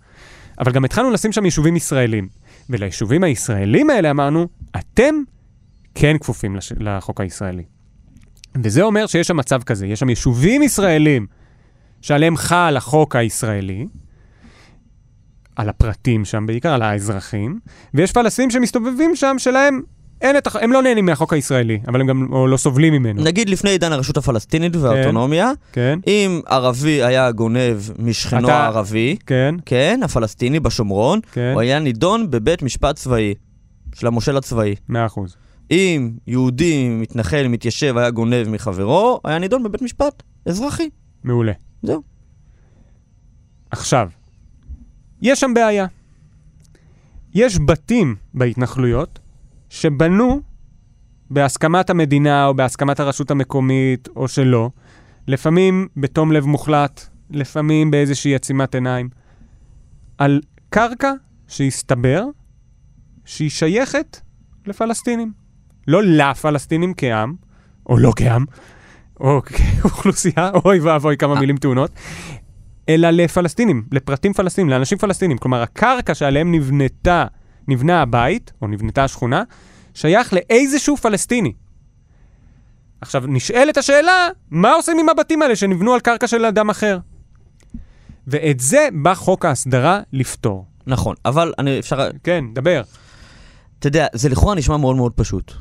Speaker 2: אבל גם התחלנו לשים שם יישובים ישראלים. וליישובים הישראלים האלה אמרנו, אתם כן כפופים לש... לחוק הישראלי. וזה אומר שיש שם מצב כזה, יש שם יישובים ישראלים שעליהם חל החוק הישראלי, על הפרטים שם בעיקר, על האזרחים, ויש פלסטינים שמסתובבים שם שלהם אין את, הח- הם לא נהנים מהחוק הישראלי, אבל הם גם או לא סובלים ממנו.
Speaker 3: נגיד לפני עידן הרשות הפלסטינית והאוטונומיה,
Speaker 2: כן,
Speaker 3: אם ערבי היה גונב משכנו
Speaker 2: אתה-
Speaker 3: הערבי,
Speaker 2: כן,
Speaker 3: כן, הפלסטיני בשומרון,
Speaker 2: כן.
Speaker 3: הוא היה נידון בבית משפט צבאי של המושל הצבאי.
Speaker 2: מאה אחוז.
Speaker 3: אם יהודי, מתנחל, מתיישב, היה גונב מחברו, היה נידון בבית משפט אזרחי.
Speaker 2: מעולה.
Speaker 3: זהו.
Speaker 2: עכשיו, יש שם בעיה. יש בתים בהתנחלויות שבנו בהסכמת המדינה או בהסכמת הרשות המקומית או שלא, לפעמים בתום לב מוחלט, לפעמים באיזושהי עצימת עיניים, על קרקע שהסתבר שהיא שייכת לפלסטינים. לא לפלסטינים כעם, או לא כעם, או כאוכלוסייה, אוי ואבוי כמה מילים טעונות, אלא לפלסטינים, לפרטים פלסטינים, לאנשים פלסטינים. כלומר, הקרקע שעליהם נבנתה, נבנה הבית, או נבנתה השכונה, שייך לאיזשהו פלסטיני. עכשיו, נשאלת השאלה, מה עושים עם הבתים האלה שנבנו על קרקע של אדם אחר? ואת זה בא חוק ההסדרה לפתור.
Speaker 3: נכון, אבל אני אפשר...
Speaker 2: כן, דבר.
Speaker 3: אתה יודע, זה לכאורה נשמע מאוד מאוד פשוט.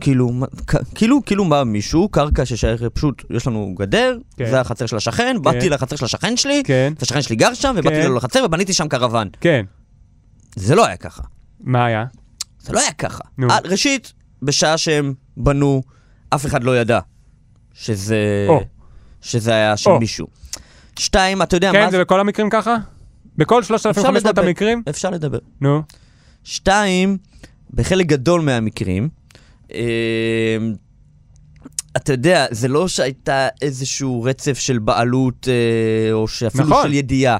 Speaker 3: כאילו, מה- כ- כאילו, כאילו בא מישהו, קרקע ששייך, פשוט, יש לנו גדר,
Speaker 2: כן.
Speaker 3: זה החצר של השכן, באתי לחצר של השכן שלי,
Speaker 2: כן,
Speaker 3: והשכן שלי גר שם, ובאתי
Speaker 2: כן.
Speaker 3: לו לחצר ובניתי שם קרוון.
Speaker 2: כן.
Speaker 3: זה לא היה ככה.
Speaker 2: מה היה?
Speaker 3: זה לא היה ככה.
Speaker 2: נו.
Speaker 3: אה, ראשית, בשעה שהם בנו, אף אחד לא ידע שזה,
Speaker 2: או.
Speaker 3: שזה היה של
Speaker 2: או.
Speaker 3: מישהו. שתיים, אתה יודע
Speaker 2: כן,
Speaker 3: מה
Speaker 2: זה בכל המקרים ככה? בכל
Speaker 3: אפשר
Speaker 2: 3,500
Speaker 3: לדבר.
Speaker 2: המקרים?
Speaker 3: אפשר לדבר.
Speaker 2: נו,
Speaker 3: שתיים, בחלק גדול מהמקרים, אה, אתה יודע, זה לא שהייתה איזשהו רצף של בעלות, אה, או שאפילו
Speaker 2: נכון.
Speaker 3: של ידיעה.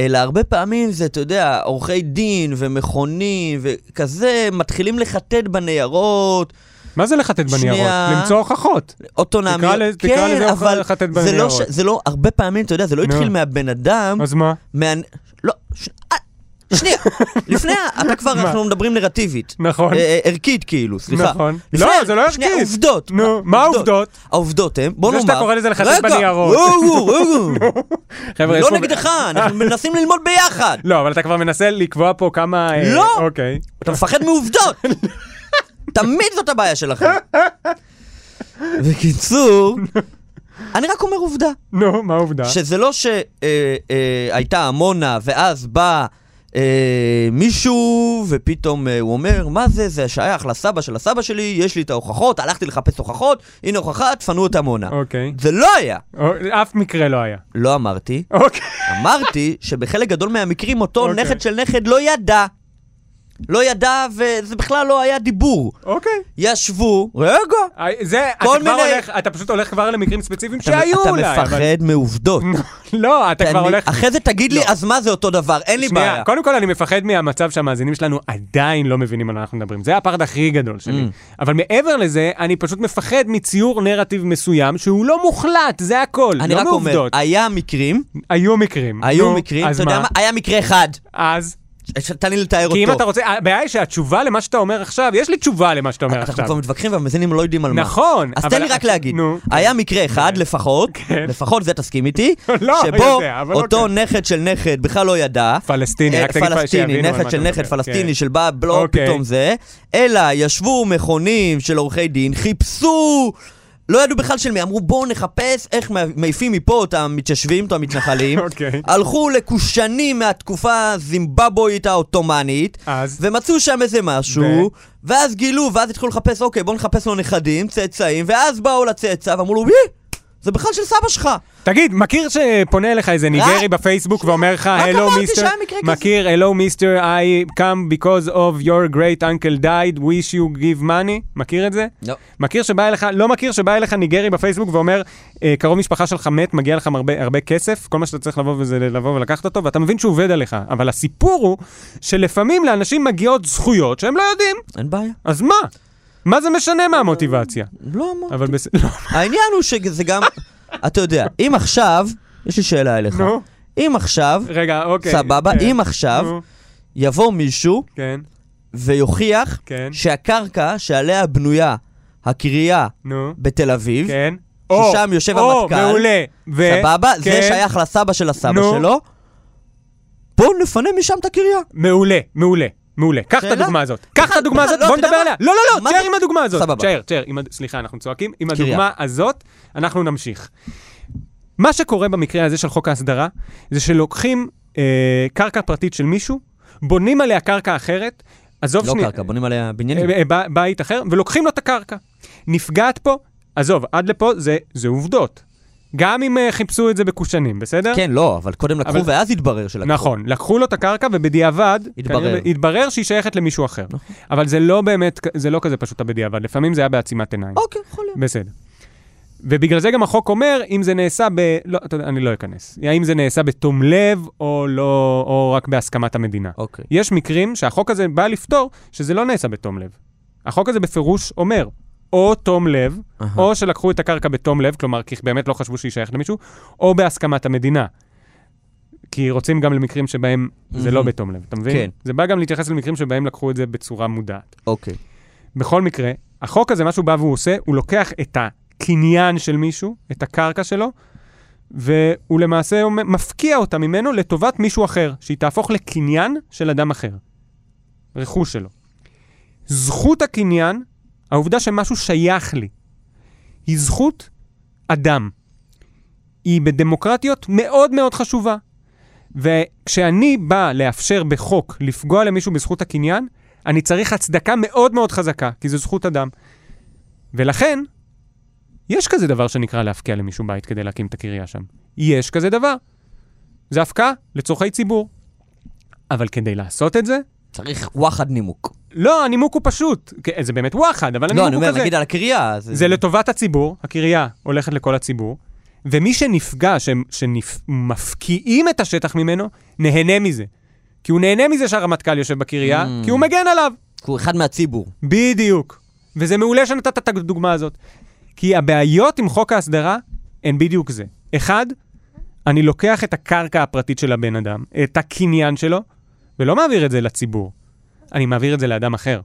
Speaker 3: אלא הרבה פעמים זה, אתה יודע, עורכי דין ומכונים וכזה, מתחילים לחטט בניירות,
Speaker 2: מה זה לחטט בניירות?
Speaker 3: שנייה.
Speaker 2: למצוא הוכחות.
Speaker 3: אוטונומיות.
Speaker 2: תקרא לזה- תקרא
Speaker 3: כן,
Speaker 2: לזה
Speaker 3: אבל
Speaker 2: לחטט
Speaker 3: זה לא,
Speaker 2: בניירות.
Speaker 3: ש... זה לא, הרבה פעמים, אתה יודע, זה לא
Speaker 2: נו.
Speaker 3: התחיל מהבן אדם,
Speaker 2: אז מה?
Speaker 3: מה... לא, ש... אה, שנייה, לפני, ה- אתה כבר,
Speaker 2: מה?
Speaker 3: אנחנו מדברים נרטיבית.
Speaker 2: נכון.
Speaker 3: אה, אה, ערכית כאילו, סליחה.
Speaker 2: נכון.
Speaker 3: לפני-
Speaker 2: לא, זה לא
Speaker 3: שנייה,
Speaker 2: ערכית.
Speaker 3: עובדות.
Speaker 2: נו, מה העובדות?
Speaker 3: העובדות הן, בוא
Speaker 2: זה
Speaker 3: נאמר...
Speaker 2: שאתה קורא לזה לחטט
Speaker 3: רגע,
Speaker 2: בניירות.
Speaker 3: רגע, רגע.
Speaker 2: חבר'ה,
Speaker 3: לא נגדך, אנחנו מנסים ללמוד ביחד.
Speaker 2: לא, אבל אתה כבר מנסה לקבוע פה כמה... אה,
Speaker 3: לא!
Speaker 2: אוקיי.
Speaker 3: אתה מפחד מעובדות. תמיד זאת הבעיה שלכם. בקיצור, אני רק אומר עובדה.
Speaker 2: נו, מה העובדה?
Speaker 3: שזה לא שהייתה אה, אה, הייתה עמונה ואז בא אה, מישהו ופתאום אה, הוא אומר, מה זה, זה שייך לסבא של הסבא שלי, יש לי את ההוכחות, הלכתי לחפש הוכחות, הנה הוכחה, תפנו את עמונה.
Speaker 2: אוקיי.
Speaker 3: זה לא היה.
Speaker 2: או- אף מקרה לא היה.
Speaker 3: לא אמרתי,
Speaker 2: אוקיי.
Speaker 3: אמרתי שבחלק גדול מהמקרים אותו
Speaker 2: אוקיי.
Speaker 3: נכד של נכד לא ידע. לא ידע וזה בכלל לא היה דיבור.
Speaker 2: אוקיי.
Speaker 3: ישבו, רגע.
Speaker 2: אה, זה, אתה
Speaker 3: כל
Speaker 2: כבר
Speaker 3: מיני-
Speaker 2: הולך, אתה פשוט הולך כבר למקרים ספציפיים
Speaker 3: אתה-
Speaker 2: שהיו
Speaker 3: אתה
Speaker 2: אולי. אבל-
Speaker 3: מפחד מעובדות.
Speaker 2: לא, אתה כבר
Speaker 3: אני-
Speaker 2: הולך... לא.
Speaker 3: אחרי זה תגיד לי, אז מה זה אותו דבר? אין לי בעיה.
Speaker 2: שנייה, קודם כל אני מפחד מהמצב שהמאזינים שלנו עדיין לא מבינים על מה אנחנו מדברים. זה הפחד הכי גדול שלי.
Speaker 3: Mm.
Speaker 2: אבל מעבר לזה, אני פשוט מפחד מציור נרטיב מסוים שהוא לא מוחלט, זה הכל.
Speaker 3: אני
Speaker 2: לא
Speaker 3: רק אומר,
Speaker 2: מעובדות.
Speaker 3: היה מקרים,
Speaker 2: היו מקרים.
Speaker 3: היו
Speaker 2: נו,
Speaker 3: מקרים,
Speaker 2: אז
Speaker 3: אתה יודע
Speaker 2: מה?
Speaker 3: מה? היה מקרה אחד.
Speaker 2: אז?
Speaker 3: ש- תן לי לתאר אותו.
Speaker 2: כי אם אתה רוצה, הבעיה היא שהתשובה למה שאתה אומר עכשיו, יש לי תשובה למה שאתה אומר
Speaker 3: אנחנו
Speaker 2: עכשיו.
Speaker 3: כבר מתווכחים והמאזינים לא יודעים על מה.
Speaker 2: נכון,
Speaker 3: אז
Speaker 2: אבל-
Speaker 3: תן לי רק להגיד,
Speaker 2: נו. כן.
Speaker 3: היה מקרה אחד לפחות, לפחות זה תסכים איתי,
Speaker 2: לא, אני
Speaker 3: שבו
Speaker 2: יודע, אבל
Speaker 3: אותו
Speaker 2: אוקיי.
Speaker 3: נכד של נכד בכלל לא ידע,
Speaker 2: פלסטיני,
Speaker 3: אה,
Speaker 2: רק תגיד פלסטיני,
Speaker 3: פלסטיני,
Speaker 2: שיבינו על מה
Speaker 3: נכד
Speaker 2: אתה
Speaker 3: של
Speaker 2: מדבר,
Speaker 3: נכד
Speaker 2: כן.
Speaker 3: פלסטיני של בא בלו
Speaker 2: אוקיי.
Speaker 3: פתאום זה, אלא ישבו מכונים של עורכי דין, חיפשו, לא ידעו בכלל של מי, אמרו בואו נחפש איך מע- מעיפים מפה את המתיישבים, את המתנחלים,
Speaker 2: אוקיי.
Speaker 3: הלכו לקושנים מהתקופה הזימבבואית העות'מאנית,
Speaker 2: אז?
Speaker 3: ומצאו שם איזה משהו, ואז גילו, ואז התחילו לחפש, אוקיי בואו נחפש לו נכדים, צאצאים, ואז באו לצאצא ואמרו לו, "אה, זה בכלל של סבא שלך.
Speaker 2: תגיד, מכיר שפונה אליך איזה ניגרי בפייסבוק ואומר לך,
Speaker 3: רק
Speaker 2: הלו
Speaker 3: אמרתי
Speaker 2: מיסטר,
Speaker 3: שהיה מקרה כזה."
Speaker 2: מכיר, הלו מיסטר, I come because of your great uncle died, wish you give money? מכיר את זה?
Speaker 3: לא.
Speaker 2: מכיר שבא אליך, לא מכיר שבא אליך ניגרי בפייסבוק ואומר, "אה, קרוב משפחה שלך מת, מגיע לך הרבה, הרבה כסף, כל מה שאתה צריך לבוא וזה לבוא ולקחת אותו, ואתה מבין שהוא עובד עליך. אבל הסיפור הוא שלפעמים לאנשים מגיעות זכויות שהם לא יודעים,
Speaker 3: אין בעיה,
Speaker 2: אז מה? מה זה משנה מה המוטיבציה?
Speaker 3: לא אמרתי.
Speaker 2: אבל בסדר, לא,
Speaker 3: העניין הוא שזה גם, אתה יודע, אם עכשיו, יש לי שאלה אליך.
Speaker 2: נו.
Speaker 3: אם עכשיו,
Speaker 2: רגע, אוקיי.
Speaker 3: סבבה,
Speaker 2: כן.
Speaker 3: אם עכשיו
Speaker 2: נו,
Speaker 3: יבוא מישהו
Speaker 2: כן,
Speaker 3: ויוכיח
Speaker 2: כן.
Speaker 3: שהקרקע שעליה בנויה הקריה
Speaker 2: נו.
Speaker 3: בתל אביב,
Speaker 2: כן.
Speaker 3: ששם יושב
Speaker 2: או,
Speaker 3: המטכ"ל.
Speaker 2: מעולה. ו...
Speaker 3: סבבה, זה
Speaker 2: כן,
Speaker 3: שייך לסבא של הסבא
Speaker 2: נו.
Speaker 3: שלו, בואו נפנה משם את הקריה.
Speaker 2: מעולה, מעולה. מעולה. קח את
Speaker 3: שאלה?
Speaker 2: הדוגמה הזאת. קח את הדוגמה הזאת,
Speaker 3: לא,
Speaker 2: בוא
Speaker 3: אתה יודע
Speaker 2: נדבר
Speaker 3: מה?
Speaker 2: עליה. לא, לא, לא,
Speaker 3: מה
Speaker 2: תשאר
Speaker 3: זה?
Speaker 2: עם הדוגמה הזאת.
Speaker 3: סבבה.
Speaker 2: תשאר, תשאר. עם הד- סליחה, אנחנו צועקים. עם
Speaker 3: קריה.
Speaker 2: הדוגמה הזאת, אנחנו נמשיך. מה שקורה במקרה הזה של חוק ההסדרה, זה שלוקחים אה, קרקע פרטית של מישהו, בונים עליה קרקע אחרת, עזוב
Speaker 3: לא
Speaker 2: שנייה,
Speaker 3: קרקע, בונים עליה בניינים.
Speaker 2: אה, אה, ב- בית אחר, ולוקחים לו את הקרקע. נפגעת פה, עזוב, עד לפה זה, זה עובדות. גם אם אה, חיפשו את זה בקושנים, בסדר?
Speaker 3: כן, לא, אבל קודם לקחו
Speaker 2: אבל-
Speaker 3: ואז התברר שלקחו.
Speaker 2: נכון, לקחו לו את הקרקע ובדיעבד,
Speaker 3: התברר. נכון.
Speaker 2: כנראה- התברר שהיא שייכת למישהו אחר. אבל זה לא באמת, זה לא כזה פשוט הבדיעבד, לפעמים זה היה בעצימת עיניים.
Speaker 3: אוקיי, יכול להיות.
Speaker 2: בסדר. ובגלל זה גם החוק אומר, אם זה נעשה ב... לא, אתה יודע, אני לא אכנס. האם זה נעשה בתום לב או לא, או רק בהסכמת המדינה.
Speaker 3: אוקיי.
Speaker 2: יש מקרים שהחוק הזה בא לפתור שזה לא נעשה בתום לב. החוק הזה בפירוש אומר, או תום לב,
Speaker 3: אהה.
Speaker 2: או שלקחו את הקרקע בתום לב, כלומר, כי באמת לא חשבו שהיא שייכת למישהו, או בהסכמת המדינה. כי רוצים גם למקרים שבהם זה לא
Speaker 3: מהמם.
Speaker 2: בתום לב, אתה מבין?
Speaker 3: כן.
Speaker 2: זה בא גם להתייחס למקרים שבהם לקחו את זה בצורה מודעת.
Speaker 3: אוקיי.
Speaker 2: בכל מקרה, החוק הזה, מה שהוא בא והוא עושה, הוא לוקח את הקניין של מישהו, את הקרקע שלו, והוא למעשה אומר- מפקיע אותה ממנו לטובת מישהו אחר, שהיא תהפוך לקניין של אדם אחר, רכוש שלו. זכות הקניין, העובדה שמשהו שייך לי, היא זכות אדם. היא בדמוקרטיות מאוד מאוד חשובה. וכשאני בא לאפשר בחוק לפגוע למישהו בזכות הקניין, אני צריך הצדקה מאוד מאוד חזקה, כי זו זכות אדם. ולכן, יש כזה דבר שנקרא להפקיע למישהו בית כדי להקים את הקריה שם. יש כזה דבר. זה הפקעה לצורכי ציבור. אבל כדי לעשות את זה,
Speaker 3: צריך וואחד נימוק.
Speaker 2: לא, הנימוק הוא פשוט. כן, זה באמת וואחד, אבל הנימוק הוא כזה.
Speaker 3: לא, אני אומר, נגיד על הקריה,
Speaker 2: זה לא- לטובת הציבור, הקריה הולכת לכל הציבור, ומי שנפגע, שמפקיעים את השטח ממנו, נהנה מזה. כי הוא נהנה מזה שהרמטכ"ל יושב בקריה,
Speaker 3: Mm.
Speaker 2: כי הוא מגן עליו.
Speaker 3: הוא אחד מהציבור.
Speaker 2: בדיוק. וזה מעולה שנתת את הדוגמה הזאת. כי הבעיות עם חוק ההסדרה הן בדיוק זה. אחד, אני לוקח את הקרקע הפרטית של הבן אדם, את הקניין שלו, ולא מעביר את זה לציבור. אני מעביר את זה לאדם אחר.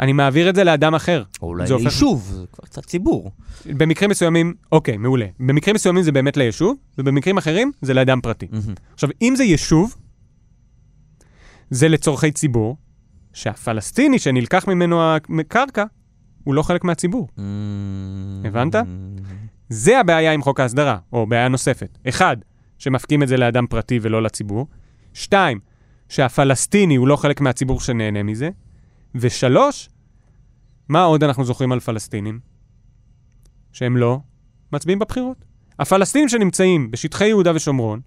Speaker 2: אני מעביר את זה לאדם אחר.
Speaker 3: או אולי
Speaker 2: זה הופך-
Speaker 3: ליישוב, זה כבר קצת ציבור.
Speaker 2: במקרים מסוימים, אוקיי, מעולה. במקרים מסוימים זה באמת ליישוב, ובמקרים אחרים זה לאדם פרטי.
Speaker 3: מהמם.
Speaker 2: עכשיו, אם זה יישוב, זה לצורכי ציבור, שהפלסטיני שנלקח ממנו הקרקע, הוא לא חלק מהציבור. הבנת? זה הבעיה עם חוק ההסדרה, או בעיה נוספת. אחד, שמפקיעים את זה לאדם פרטי ולא לציבור. שתיים, שהפלסטיני הוא לא חלק מהציבור שנהנה מזה. ושלוש, מה עוד אנחנו זוכרים על פלסטינים? שהם לא מצביעים בבחירות. הפלסטינים שנמצאים בשטחי יהודה ושומרון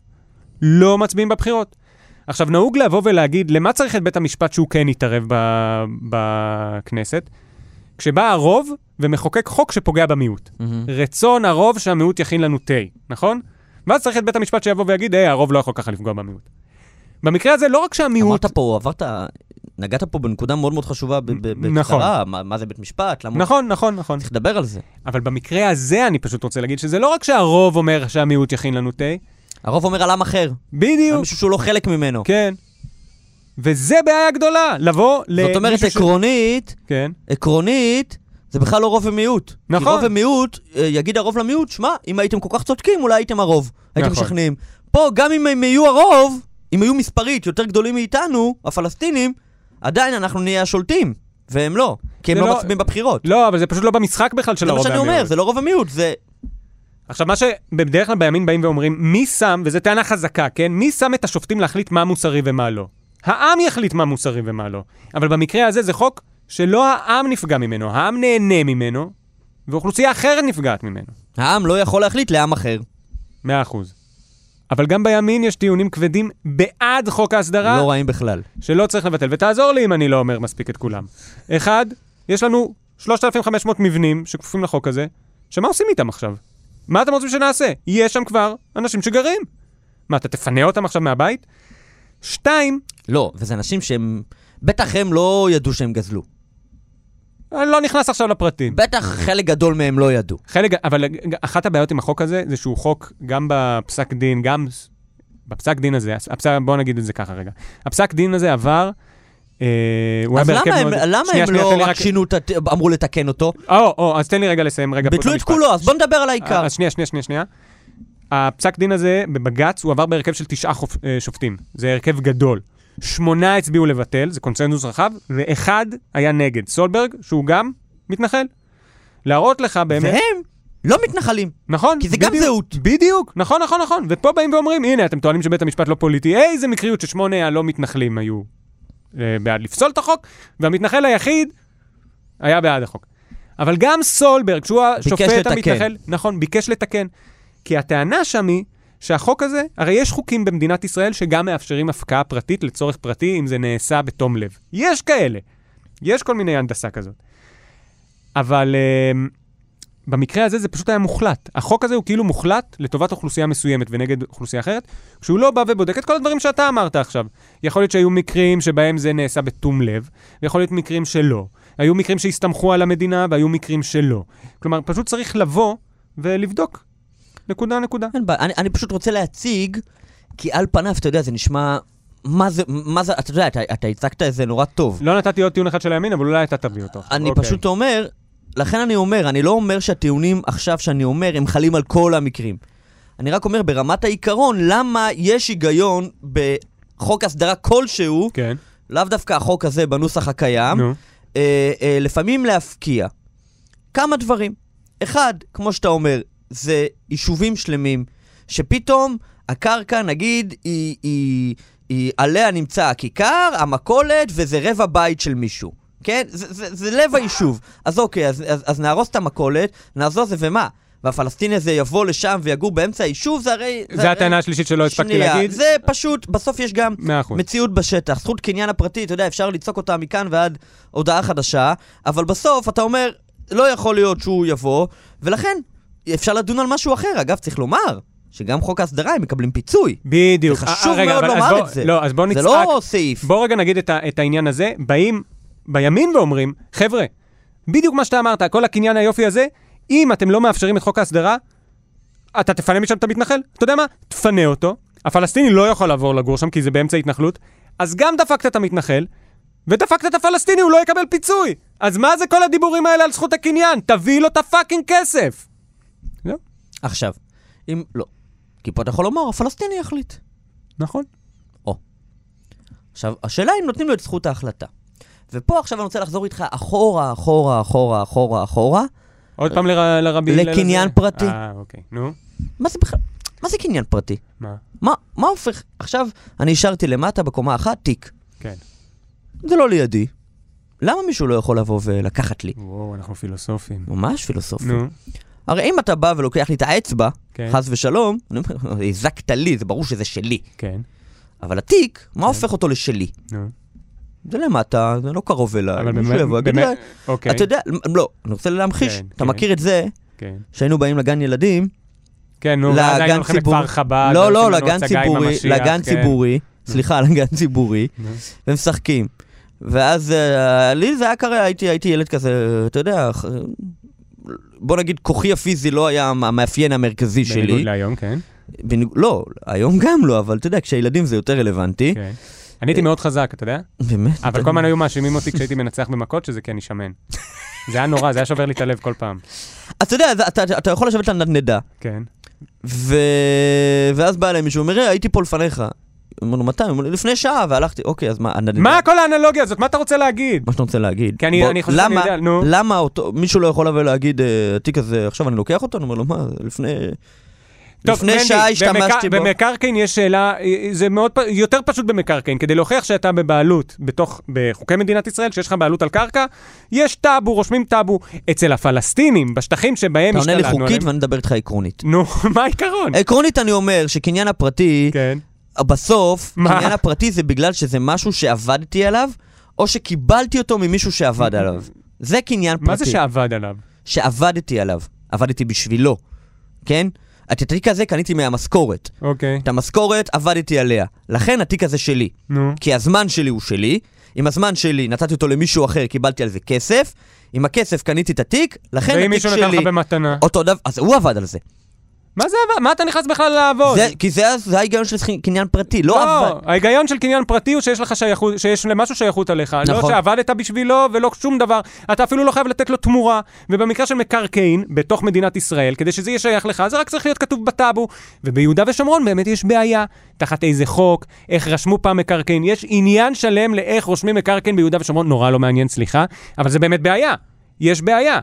Speaker 2: לא מצביעים בבחירות. עכשיו, נהוג לבוא ולהגיד, למה צריך את בית המשפט שהוא כן יתערב ב- בכנסת? כשבא הרוב ומחוקק חוק שפוגע במיעוט.
Speaker 3: מהמם.
Speaker 2: רצון הרוב שהמיעוט יכין לנו תה, נכון? ואז צריך את בית המשפט שיבוא ויגיד, היי, הרוב לא יכול ככה לפגוע במיעוט. במקרה הזה, לא רק שהמיעוט...
Speaker 3: אמרת פה, עברת, נגעת פה בנקודה מאוד מאוד חשובה ב- ב-
Speaker 2: נ- נכון.
Speaker 3: בקצרה, מה- מה זה בית משפט, למה...
Speaker 2: נכון, נכון, נכון.
Speaker 3: צריך לדבר על זה.
Speaker 2: אבל במקרה הזה אני פשוט רוצה להגיד שזה לא רק שהרוב אומר שהמיעוט יכין לנו תה,
Speaker 3: הרוב אומר על עם אחר, על
Speaker 2: בדיוק,
Speaker 3: מישהו שהוא לא חלק ממנו.
Speaker 2: כן. וזה בעיה גדולה, לבוא למישהו
Speaker 3: זאת אומרת, עקרונית,
Speaker 2: ש... כן,
Speaker 3: עקרונית, זה בכלל לא רוב ומיעוט.
Speaker 2: נכון.
Speaker 3: כי רוב ומיעוט, אה, יגיד הרוב למיעוט, שמע, אם הייתם כל כך צודקים, אולי הייתם הרוב. הייתם
Speaker 2: נכון.
Speaker 3: משכנעים. פה, גם אם הם יהיו הרוב, אם היו מספרית יותר גדולים מאיתנו, הפלסטינים, עדיין אנחנו נהיה השולטים. והם לא, כי הם
Speaker 2: זה
Speaker 3: לא
Speaker 2: לא-
Speaker 3: מצביעים בבחירות.
Speaker 2: לא, אבל זה פשוט לא במשחק בכלל של
Speaker 3: זה מה
Speaker 2: הרוב
Speaker 3: שאני אומר,
Speaker 2: והמיעוט.
Speaker 3: זה לא רוב ומיעוט, זה...
Speaker 2: עכשיו, מה שבדרך כלל בימין באים ואומרים, מי שם, וזו טענה חזקה, כן? מי שם את השופטים להחליט מה מוסרי ומה לא? העם יחליט מה מוסרי ומה לא. אבל במקרה הזה זה חוק שלא העם נפגע ממנו, העם נהנה ממנו, ואוכלוסייה אחרת נפגעת ממנו.
Speaker 3: העם לא יכול להחליט לעם אחר.
Speaker 2: מאה אחוז. אבל גם בימין יש דיונים כבדים בעד חוק ההסדרה,
Speaker 3: לא רעים בכלל.
Speaker 2: שלא צריך לבטל. ותעזור לי אם אני לא אומר מספיק את כולם. אחד, יש לנו 3,500 מבנים שכפופים לחוק הזה, שמה עושים איתם עכשיו? מה אתם רוצים שנעשה? יש שם כבר אנשים שגרים. מה, אתה תפנה אותם עכשיו מהבית? שתיים,
Speaker 3: לא, וזה אנשים שהם... בטח הם לא ידעו שהם גזלו.
Speaker 2: אני לא נכנס עכשיו לפרטים.
Speaker 3: בטח חלק גדול מהם לא ידעו.
Speaker 2: חלק, אבל אחת הבעיות עם החוק הזה, זה שהוא חוק גם בפסק דין, גם ס- בפסק דין הזה, הפסק, בוא נגיד את זה ככה רגע. הפסק דין הזה עבר, אה, הוא היה
Speaker 3: אז
Speaker 2: בהרכב
Speaker 3: למה הם,
Speaker 2: מאוד...
Speaker 3: למה
Speaker 2: שנייה,
Speaker 3: הם
Speaker 2: שנייה,
Speaker 3: לא
Speaker 2: תן לי
Speaker 3: רק שינו, את הת- אמרו לתקן אותו?
Speaker 2: אה, או, או, אז תן לי רגע לסיים רגע פה את
Speaker 3: ביטלו את
Speaker 2: המשפט. אה,
Speaker 3: כולו, אז בוא נדבר על העיקר.
Speaker 2: אז שנייה, שנייה, שנייה, שנייה. הפסק דין הזה בבג"ץ, הוא עבר בהרכב של תשעה חופ... אה, שופטים. זה אה, הרכב גדול. שמונה הצביעו לבטל, זה קונצנזוס רחב, ואחד היה נגד. סולברג, שהוא גם מתנחל. להראות לך באמת...
Speaker 3: והם לא מתנחלים.
Speaker 2: נכון.
Speaker 3: כי זה גם
Speaker 2: בדיוק,
Speaker 3: זהות.
Speaker 2: בדיוק, נכון, נכון, נכון. ופה באים ואומרים, הנה, אתם טוענים שבית המשפט לא פוליטי. איזה מקריות ששמונה הלא מתנחלים היו אה, בעד לפסול את החוק, והמתנחל היחיד היה בעד החוק. אבל גם סולברג, שהוא השופט
Speaker 3: לתקן.
Speaker 2: המתנחל, נכון, ביקש לתקן. כי הטענה שם היא שהחוק הזה, הרי יש חוקים במדינת ישראל שגם מאפשרים הפקעה פרטית לצורך פרטי, אם זה נעשה בתום לב. יש כאלה. יש כל מיני הנדסה כזאת. אבל אמ, במקרה הזה זה פשוט היה מוחלט. החוק הזה הוא כאילו מוחלט לטובת אוכלוסייה מסוימת ונגד אוכלוסייה אחרת, כשהוא לא בא ובודק את כל הדברים שאתה אמרת עכשיו. יכול להיות שהיו מקרים שבהם זה נעשה בתום לב, ויכול להיות מקרים שלא. היו מקרים שהסתמכו על המדינה והיו מקרים שלא. כלומר, פשוט צריך לבוא ולבדוק. נקודה, נקודה.
Speaker 3: אין בעיה, אני, אני פשוט רוצה להציג, כי על פניו, אתה יודע, זה נשמע... מה זה, מה זה, אתה יודע, אתה, אתה הצגת את זה נורא טוב.
Speaker 2: לא נתתי עוד טיעון אחד של הימין, אבל אולי אתה תביא אותו.
Speaker 3: אני
Speaker 2: אוקיי.
Speaker 3: פשוט אומר, לכן אני אומר, אני לא אומר שהטיעונים עכשיו שאני אומר, הם חלים על כל המקרים. אני רק אומר, ברמת העיקרון, למה יש היגיון בחוק הסדרה כלשהו,
Speaker 2: כן,
Speaker 3: לאו דווקא החוק הזה בנוסח הקיים,
Speaker 2: נו.
Speaker 3: אה, אה, לפעמים להפקיע. כמה דברים. אחד, כמו שאתה אומר, זה יישובים שלמים, שפתאום הקרקע, נגיד, היא, היא, היא עליה נמצא הכיכר, המכולת, וזה רבע בית של מישהו. כן? זה, זה, זה לב היישוב. אז אוקיי, אז, אז, אז נהרוס את המכולת, נעזוב זה ומה? והפלסטיני הזה יבוא לשם ויגור באמצע היישוב, זה אה, הרי...
Speaker 2: זו
Speaker 3: הרי-
Speaker 2: הטענה השלישית שלא הספקתי
Speaker 3: שנייה,
Speaker 2: להגיד.
Speaker 3: זה פשוט, בסוף יש גם
Speaker 2: מאה אחוז.
Speaker 3: מציאות בשטח. זכות קניין הפרטי, אתה יודע, אפשר לצעוק אותה מכאן ועד הודעה חדשה, אבל בסוף אתה אומר, לא יכול להיות שהוא יבוא, ולכן אפשר לדון על משהו אחר. אגב, צריך לומר שגם חוק ההסדרה הם מקבלים פיצוי.
Speaker 2: בדיוק.
Speaker 3: זה חשוב
Speaker 2: אה, רגע,
Speaker 3: מאוד
Speaker 2: אבל אז
Speaker 3: לומר
Speaker 2: בוא-
Speaker 3: את זה.
Speaker 2: לא, אז בוא
Speaker 3: זה
Speaker 2: נצעק.
Speaker 3: לא סעיף.
Speaker 2: בוא רגע נגיד את, ה- את העניין הזה. באים בימין ואומרים, חבר'ה, בדיוק מה שאתה אמרת, כל הקניין היופי הזה, אם אתם לא מאפשרים את חוק ההסדרה, אתה תפנה משם את המתנחל. אתה יודע מה? תפנה אותו. הפלסטיני לא יכול לעבור לגור שם כי זה באמצע התנחלות. אז גם דפקת את המתנחל, ודפקת את הפלסטיני, הוא לא יקבל פיצוי. אז מה זה כל הדיבורים האלה על זכות הקניין? תביא לו את הפאקינג כסף. זהו,
Speaker 3: עכשיו, אם לא, כי פה אתה יכול לומר, הפלסטיני יחליט.
Speaker 2: נכון.
Speaker 3: עכשיו, השאלה אם נותנים לו את זכות ההחלטה. ופה עכשיו אני רוצה לחזור איתך אחורה, אחורה, אחורה, אחורה, אחורה.
Speaker 2: עוד פעם לר... לרבי... הלל
Speaker 3: לקניין
Speaker 2: הזה?
Speaker 3: פרטי.
Speaker 2: אה, אוקיי. נו,
Speaker 3: מה זה בכלל? מה זה קניין פרטי?
Speaker 2: מה?
Speaker 3: מה, מה הופך? עכשיו, אני השארתי למטה בקומה אחת תיק.
Speaker 2: כן.
Speaker 3: זה לא לידי. למה מישהו לא יכול לבוא ולקחת לי?
Speaker 2: וואו, אנחנו פילוסופים.
Speaker 3: ממש פילוסופי.
Speaker 2: נו,
Speaker 3: הרי אם אתה בא ולוקח לי את האצבע,
Speaker 2: כן.
Speaker 3: חס ושלום, אני אומר, הזקת לי, זה ברור שזה שלי.
Speaker 2: כן,
Speaker 3: אבל התיק, מה הופך אותו לשלי?
Speaker 2: נו.
Speaker 3: זה למטה, זה לא קרוב אליי.
Speaker 2: אה, אבל
Speaker 3: מישהו
Speaker 2: באמת,
Speaker 3: יבוא, יגיד לי,
Speaker 2: באמת, אוקיי.
Speaker 3: אתה יודע, לא, אני רוצה להמחיש.
Speaker 2: כן,
Speaker 3: אתה
Speaker 2: כן.
Speaker 3: מכיר את זה
Speaker 2: כן.
Speaker 3: שהיינו באים לגן ילדים,
Speaker 2: כן, נו, ואז היינו
Speaker 3: לגן
Speaker 2: הולכים
Speaker 3: ציבורי,
Speaker 2: לכפר חב"ד.
Speaker 3: לא, לא,
Speaker 2: והולכים לנו
Speaker 3: לגן
Speaker 2: הצגה עם
Speaker 3: ציבורי,
Speaker 2: המשיח,
Speaker 3: לגן
Speaker 2: כן.
Speaker 3: ציבורי, סליחה, לגן ציבורי,
Speaker 2: נו.
Speaker 3: ומשחקים. ואז אה, לי זה היה קרה, הייתי, הייתי ילד כזה, אתה יודע, ח- בוא נגיד כוחי הפיזי לא היה המאפיין המרכזי
Speaker 2: בניגוד
Speaker 3: שלי.
Speaker 2: להיום, כן.
Speaker 3: בניג... לא, היום גם לא, אבל אתה יודע, כשילדים זה יותר רלוונטי.
Speaker 2: כן. אני הייתי מאוד חזק, אתה יודע?
Speaker 3: באמת.
Speaker 2: אבל
Speaker 3: אה, אתה-
Speaker 2: כל הזמן היו מאשימים אותי כשהייתי מנצח במכות שזה כי אני שמן. זה היה נורא, זה היה שובר לי את הלב כל פעם.
Speaker 3: אז אתה יודע, אז אתה, אתה, אתה יכול לשבת על נדנדה,
Speaker 2: כן.
Speaker 3: ו... ואז בא אליי מישהו, אומר, "אה, הייתי פה לפניך. אמרנו, מתי? הוא אומר, לי, לפני שעה, והלכתי, אוקיי, אז מה, הנדנדה?
Speaker 2: מה כל האנלוגיה הזאת? מה אתה רוצה להגיד?
Speaker 3: מה שאתה לא רוצה להגיד.
Speaker 2: כי אני- אני חושב שאני
Speaker 3: למה-
Speaker 2: יודע, נו.
Speaker 3: למה אותו, מישהו לא יכול לבוא ולהגיד, "אה, התיק הזה, עכשיו אני לוקח אותו? אני אומר לו, מה, לפני... לפני
Speaker 2: מנדי,
Speaker 3: שעה
Speaker 2: במקר-
Speaker 3: השתמשתי בו.
Speaker 2: במקרקעין יש שאלה, זה מאוד, פ- יותר פשוט במקרקעין, כדי להוכיח שאתה בבעלות, בתוך, בחוקי מדינת ישראל, שיש לך בעלות על קרקע, יש טאבו, רושמים טאבו. אצל הפלסטינים, בשטחים שבהם
Speaker 3: אתה עונה לי
Speaker 2: השתלטנו
Speaker 3: חוקית
Speaker 2: עליהם.
Speaker 3: ואני אה, מדבר איתך עקרונית.
Speaker 2: נו, מה העיקרון?
Speaker 3: עקרונית אני אומר שקניין הפרטי,
Speaker 2: כן.
Speaker 3: בסוף,
Speaker 2: מה?
Speaker 3: קניין הפרטי זה בגלל שזה משהו שעבדתי עליו, או שקיבלתי אותו ממישהו שעבד עליו. זה קניין פרטי.
Speaker 2: מה זה שעבד עליו?
Speaker 3: שעבדתי עליו. עבדתי בשבילו, כן? את התיק הזה קניתי מהמשכורת.
Speaker 2: אוקיי,
Speaker 3: את המשכורת עבדתי עליה. לכן התיק הזה שלי.
Speaker 2: נו.
Speaker 3: כי הזמן שלי הוא שלי, עם הזמן שלי נתתי אותו למישהו אחר, קיבלתי על זה כסף, עם הכסף קניתי את התיק, לכן
Speaker 2: ואם
Speaker 3: התיק
Speaker 2: מישהו
Speaker 3: שלי...
Speaker 2: נתן לך במתנה?
Speaker 3: אותו דבר, אז הוא עבד על זה.
Speaker 2: מה זה עבד? מה אתה נכנס בכלל לעבוד?
Speaker 3: זה- כי זה ה- זה ההיגיון של קניין פרטי, לא
Speaker 2: לא,
Speaker 3: עבד.
Speaker 2: ההיגיון של קניין פרטי הוא שיש לך שייכות, שיש למשהו שייכות עליך. לא
Speaker 3: נכון.
Speaker 2: שעבדת בשבילו ולא שום דבר. אתה אפילו לא חייב לתת לו תמורה. ובמקרה של מקרקעין, בתוך מדינת ישראל, כדי שזה יהיה שייך לך, זה רק צריך להיות כתוב בטאבו. וביהודה ושומרון באמת יש בעיה. תחת איזה חוק, איך רשמו פעם מקרקעין. יש עניין שלם לאיך רושמים מקרקעין ביהודה ושומרון. נורא לא מעניין, סליחה, אבל זה באמת בעיה. יש בעיה.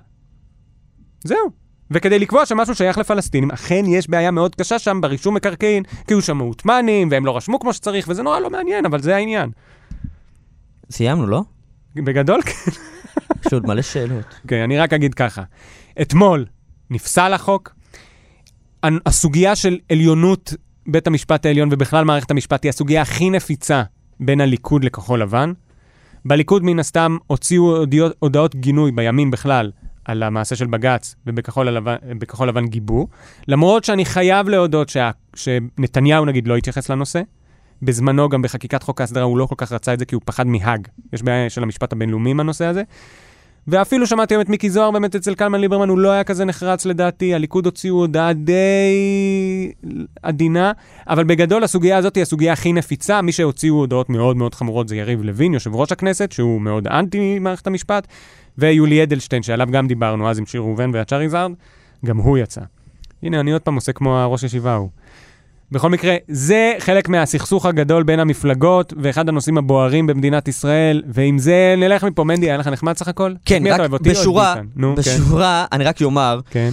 Speaker 2: זהו. וכדי לקבוע שמשהו שייך לפלסטינים, אכן יש בעיה מאוד קשה שם ברישום מקרקעין, כי היו שם מעוטמנים, והם לא רשמו כמו שצריך, וזה נורא לא מעניין, אבל זה העניין.
Speaker 3: סיימנו, לא?
Speaker 2: בגדול, כן.
Speaker 3: יש לי עוד מלא שאלות.
Speaker 2: אוקיי, אני רק אגיד ככה. אתמול נפסל החוק. הנ- הסוגיה של עליונות בית המשפט העליון ובכלל מערכת המשפט היא הסוגיה הכי נפיצה בין הליכוד לכחול לבן. בליכוד מן הסתם הוציאו הודיעו- הודעות גינוי בימין בכלל על המעשה של בג"ץ ובכחול הלבן, בכחול לבן גיבו, למרות שאני חייב להודות שה, שנתניהו נגיד לא התייחס לנושא. בזמנו גם בחקיקת חוק ההסדרה הוא לא כל כך רצה את זה כי הוא פחד מהאג. יש בעיה של המשפט הבינלאומי עם הנושא הזה. ואפילו שמעתי היום את מיקי זוהר באמת אצל קלמן ליברמן, הוא לא היה כזה נחרץ לדעתי, הליכוד הוציאו הודעה די עדינה, אבל בגדול הסוגיה הזאת היא הסוגיה הכי נפיצה, מי שהוציאו הודעות מאוד מאוד חמורות זה יריב לוין, יושב ראש הכנסת, שהוא מאוד אנטי מערכת המשפט, ויולי אדלשטיין, שעליו גם דיברנו אז עם שיר ראובן והצ'אריזארד, גם הוא יצא. הנה, אני עוד פעם עושה כמו הראש ישיבה ההוא. בכל מקרה, זה חלק מהסכסוך הגדול בין המפלגות, ואחד הנושאים הבוערים במדינת ישראל, ועם זה נלך מפה. מנדי, היה לך נחמד סך הכל?
Speaker 3: כן,
Speaker 2: מי אתה
Speaker 3: רק
Speaker 2: אוהב, אותי או את
Speaker 3: בשורה,
Speaker 2: ביטן? נו,
Speaker 3: בשורה, אני רק אה, אומר,
Speaker 2: כן.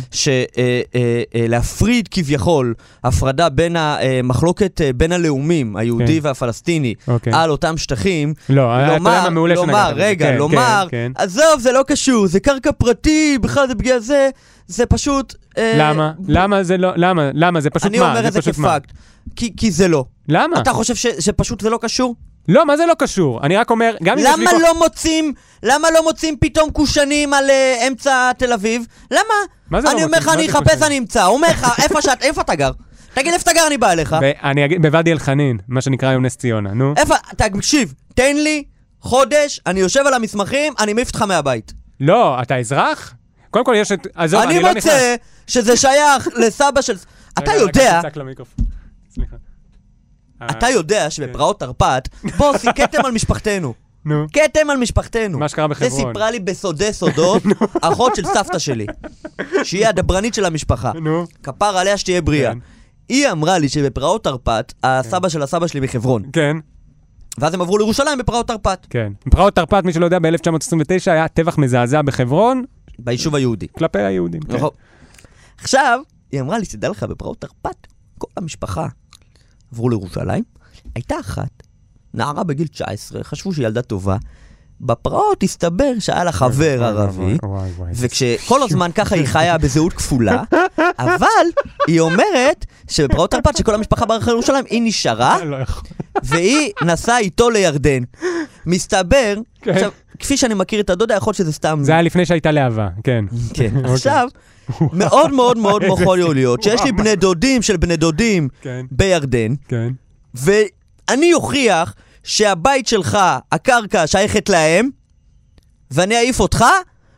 Speaker 3: שלהפריד כביכול הפרדה בין המחלוקת אה, בין הלאומים, היהודי
Speaker 2: כן.
Speaker 3: והפלסטיני,
Speaker 2: אוקיי.
Speaker 3: על אותם שטחים,
Speaker 2: כן. לא, היה את הרעיון המעולה שנגעת.
Speaker 3: לומר,
Speaker 2: בזה.
Speaker 3: רגע,
Speaker 2: כן,
Speaker 3: לומר,
Speaker 2: כן, כן.
Speaker 3: עזוב, זה לא קשור, זה קרקע פרטי, בכלל זה בגלל זה, זה פשוט... אה,
Speaker 2: למה?
Speaker 3: ב-
Speaker 2: למה זה לא, למה? למה? זה פשוט
Speaker 3: אני
Speaker 2: מה?
Speaker 3: אומר את זה
Speaker 2: פשוט מה.
Speaker 3: כפאקט, כי- כי זה לא.
Speaker 2: למה?
Speaker 3: אתה חושב ש- שפשוט זה לא קשור?
Speaker 2: לא, מה זה לא קשור? אני רק אומר, גם אם יש
Speaker 3: למה
Speaker 2: ויכוח-
Speaker 3: לא מוצאים, למה לא מוצאים פתאום קושנים על אה, אמצע תל אביב? למה?
Speaker 2: מה זה לא
Speaker 3: אני אומר לך,
Speaker 2: מוצאים? מה
Speaker 3: אני
Speaker 2: זה
Speaker 3: אחפש,
Speaker 2: קושנים?
Speaker 3: אני אמצא. אומר לך, איפה שאת, איפה אתה גר? תגיד, איפה אתה גר, אני בא אליך.
Speaker 2: ואני אגיד, בוואדי אלחנין, מה שנקרא היום נס ציונה, נו.
Speaker 3: איפה, תקשיב, תן לי חודש, אני יושב על המסמכים, אני מעיף אותך מהבית.
Speaker 2: לא, אתה אזרח? קודם כל יש את... עזוב, אני
Speaker 3: אני
Speaker 2: לא נכנס.
Speaker 3: מוצא שזה שייך לסבא של... אתה
Speaker 2: רגע, רגע,
Speaker 3: יודע,
Speaker 2: תצעק למיקרופון. סליחה.
Speaker 3: אתה
Speaker 2: אה,
Speaker 3: יודע שבפרעות תרפ"ט, בוסי, כתם על משפחתנו.
Speaker 2: נו.
Speaker 3: כתם על משפחתנו.
Speaker 2: מה שקרה
Speaker 3: זה
Speaker 2: בחברון.
Speaker 3: סיפרה לי בסודי סודות, אחות של סבתא שלי, שהיא הדברנית של המשפחה.
Speaker 2: נו.
Speaker 3: כפר עליה שתהיה בריאה.
Speaker 2: כן.
Speaker 3: היא אמרה לי שבפרעות תרפ"ט, הסבא של הסבא שלי מחברון.
Speaker 2: כן.
Speaker 3: ואז הם עברו לירושלים בפרעות תרפ"ט,
Speaker 2: כן. פרעות תרפ"ט, מי שלא יודע, ב-1929 היה טבח מזעזע בחברון
Speaker 3: ביישוב היהודי.
Speaker 2: כלפי היהודים. כן.
Speaker 3: נכון. עכשיו, היא אמרה לי, תדע לך, בפרעות תרפ"ט, כל המשפחה עברו לירושלים. הייתה אחת, נערה בגיל 19, חשבו שהיא ילדה טובה. בפרעות הסתבר שהיה לה חבר
Speaker 2: וואי,
Speaker 3: ערבי,
Speaker 2: וואי, וואי, וואי.
Speaker 3: וכשכל הזמן ככה היא חיה בזהות כפולה, אבל היא אומרת שבפרעות תרפ"ט, שכל המשפחה ברחה לירושלים, היא נשארה,
Speaker 2: לא יכול.
Speaker 3: והיא נסעה איתו לירדן. מסתבר,
Speaker 2: כן.
Speaker 3: עכשיו, כפי שאני מכיר את הדודה, יכול להיות שזה סתם...
Speaker 2: זה היה לפני שהייתה להבה, כן.
Speaker 3: כן.
Speaker 2: אוקיי.
Speaker 3: עכשיו, מאוד מאוד מאוד יכול להיות שיש לי בני דודים של בני דודים
Speaker 2: כן.
Speaker 3: בירדן,
Speaker 2: כן.
Speaker 3: ואני אוכיח שהבית שלך, הקרקע שייכת להם, ואני אעיף אותך,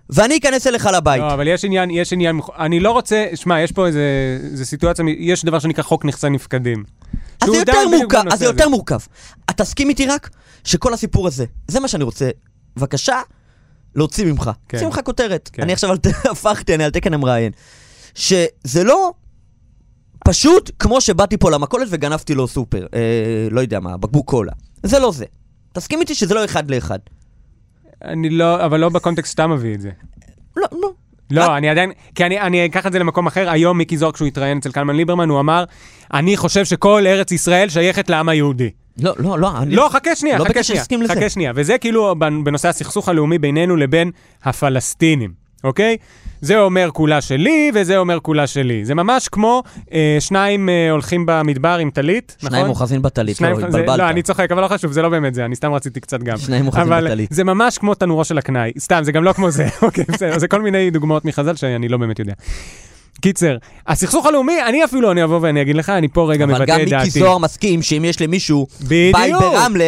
Speaker 3: ואני אכנס אליך לבית.
Speaker 2: לא, אבל יש עניין, יש עניין, אני לא רוצה, שמע, יש פה איזה איזה סיטואציה, יש דבר שנקרא חוק נכסי נפקדים.
Speaker 3: אז
Speaker 2: שהוא
Speaker 3: זה
Speaker 2: דן
Speaker 3: יותר
Speaker 2: בדיוק
Speaker 3: מורכב,
Speaker 2: בנושא
Speaker 3: אז זה
Speaker 2: הזה.
Speaker 3: יותר מורכב. את תסכים איתי רק שכל הסיפור הזה, זה מה שאני רוצה, בבקשה, להוציא ממך.
Speaker 2: כן.
Speaker 3: להוציא ממך כותרת.
Speaker 2: כן.
Speaker 3: אני עכשיו על- הפכתי, אני על תקן המראיין. שזה לא פשוט כמו שבאתי פה למכולת וגנבתי לו סופר, אה, לא יודע מה, בקבוק קולה. זה לא זה. תסכים איתי שזה לא אחד לאחד.
Speaker 2: אני לא, אבל לא בקונטקסט שאתה מביא את זה.
Speaker 3: לא, לא.
Speaker 2: לא, אני עדיין, כי אני, אני אקח את זה למקום אחר. היום מיקי זוהר, כשהוא התראיין אצל קלמן ליברמן, הוא אמר, אני חושב שכל ארץ ישראל שייכת לעם היהודי.
Speaker 3: לא, לא, לא, אני...
Speaker 2: לא, חכה שנייה,
Speaker 3: לא
Speaker 2: חכה
Speaker 3: בקשר
Speaker 2: שנייה,
Speaker 3: להסכים לזה.
Speaker 2: חכה שנייה. וזה כאילו בנ- בנושא הסכסוך הלאומי בינינו לבין הפלסטינים, אוקיי? זה אומר כולה שלי, וזה אומר כולה שלי. זה ממש כמו אה, שניים אה, הולכים במדבר עם טלית, נכון?
Speaker 3: שניים אוחזים בטלית, לא,
Speaker 2: זה- לא, אני
Speaker 3: התבלבלת.
Speaker 2: צוחק, אבל לא חשוב, זה לא באמת זה, אני סתם רציתי קצת גם.
Speaker 3: שניים אוחזים
Speaker 2: אבל
Speaker 3: בטלית.
Speaker 2: זה ממש כמו תנורו של הקנאי, סתם, זה גם לא כמו זה, אוקיי, בסדר, זה כל מיני דוגמאות מחז"ל שאני לא באמת יודע. קיצר, הסכסוך הלאומי, אני אפילו, אני אבוא ואני אגיד לך, אני פה רגע מבטא
Speaker 3: אבל
Speaker 2: את דעתי.
Speaker 3: גם מיקי זוהר מסכים שאם יש למישהו
Speaker 2: בדיוק.
Speaker 3: בית ברמלה,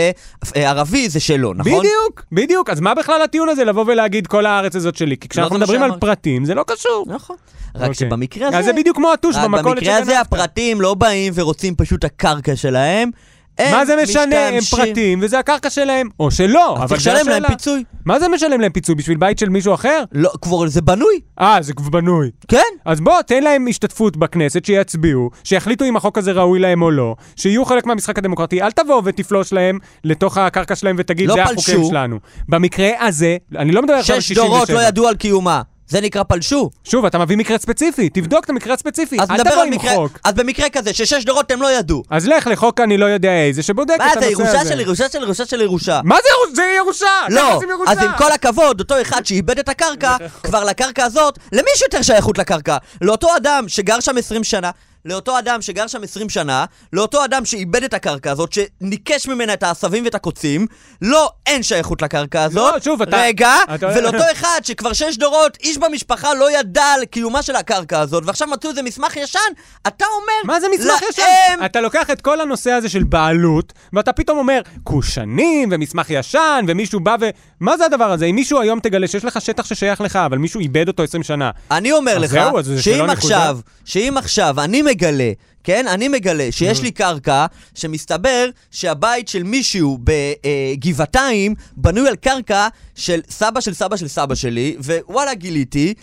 Speaker 3: אה, ערבי זה שלו, נכון?
Speaker 2: בדיוק, בדיוק. אז מה בכלל הטיעון הזה לבוא ולהגיד כל הארץ הזאת שלי? כי כשאנחנו
Speaker 3: זה מה
Speaker 2: מדברים על
Speaker 3: שאמרתי.
Speaker 2: פרטים, זה לא קשור.
Speaker 3: נכון. רק
Speaker 2: אוקיי.
Speaker 3: שבמקרה הזה...
Speaker 2: אז זה בדיוק כמו הטוש
Speaker 3: רק
Speaker 2: במכולת
Speaker 3: במקרה הזה
Speaker 2: שגנבת.
Speaker 3: הפרטים לא באים ורוצים פשוט הקרקע שלהם. הם
Speaker 2: מה זה משנה? הם
Speaker 3: משתמשים-
Speaker 2: פרטים, וזה הקרקע שלהם. או שלא,
Speaker 3: אז
Speaker 2: אבל
Speaker 3: צריך
Speaker 2: זה
Speaker 3: לשלם
Speaker 2: השאלה.
Speaker 3: להם פיצוי.
Speaker 2: מה זה משלם להם פיצוי? בשביל בית של מישהו אחר?
Speaker 3: לא, כבר זה בנוי,
Speaker 2: אה, זה כבר בנוי.
Speaker 3: כן.
Speaker 2: אז בוא, תן להם השתתפות בכנסת, שיצביעו, שיחליטו אם החוק הזה ראוי להם או לא, שיהיו חלק מהמשחק הדמוקרטי, אל תבוא ותפלוש להם לתוך הקרקע שלהם ותגיד,
Speaker 3: לא
Speaker 2: זה
Speaker 3: פלשו.
Speaker 2: החוקים שלנו. במקרה הזה, אני לא מדבר עכשיו על
Speaker 3: שש
Speaker 2: 67.
Speaker 3: דורות לא ידעו על קיומה. זה נקרא פלשו.
Speaker 2: שוב, אתה מביא מקרה ספציפי, תבדוק את המקרה הספציפי,
Speaker 3: אז
Speaker 2: אל
Speaker 3: נדבר
Speaker 2: תבוא
Speaker 3: על
Speaker 2: עם
Speaker 3: מקרה...
Speaker 2: חוק.
Speaker 3: אז במקרה כזה, ששש דורות הם לא ידעו.
Speaker 2: אז לך לחוק אני לא יודע איזה, שבודק את
Speaker 3: מה
Speaker 2: הנושא
Speaker 3: זה
Speaker 2: הזה.
Speaker 3: ירושה של ירושה של ירושה של ירושה.
Speaker 2: מה זה ירושה? זה ירושה! ככה
Speaker 3: לא,
Speaker 2: עושים ירושה!
Speaker 3: אז עם כל הכבוד, אותו אחד שאיבד את הקרקע, כבר לקרקע הזאת, למי יש יותר שייכות לקרקע? לאותו אדם שגר שם 20 שנה, לאותו אדם שגר שם 20 שנה, לאותו אדם שאיבד את הקרקע הזאת, שניקש ממנה את העשבים ואת הקוצים, לא, אין שייכות לקרקע הזאת.
Speaker 2: לא, שוב, אתה-
Speaker 3: רגע,
Speaker 2: אתה-
Speaker 3: ולאותו אחד שכבר שש דורות, איש במשפחה לא ידע על קיומה של הקרקע הזאת, ועכשיו מצאו איזה מסמך ישן, אתה אומר...
Speaker 2: מה זה מסמך
Speaker 3: להם-
Speaker 2: ישן? אתה לוקח את כל הנושא הזה של בעלות, ואתה פתאום אומר, קושנים ומסמך ישן, ומישהו בא ו... מה זה הדבר הזה? אם מישהו היום תגלה שיש לך שטח ששייך לך, אבל מישהו איבד אותו 20 שנה.
Speaker 3: אני אומר
Speaker 2: אז
Speaker 3: לך,
Speaker 2: זהו, אז זה
Speaker 3: שאם
Speaker 2: שאלה
Speaker 3: עכשיו, שאם עכשיו אני מגלה, כן, אני מגלה
Speaker 2: Mm.
Speaker 3: שיש לי קרקע, שמסתבר שהבית של מישהו בגבעתיים בנוי על קרקע של סבא של סבא של סבא שלי, ווואלה גיליתי,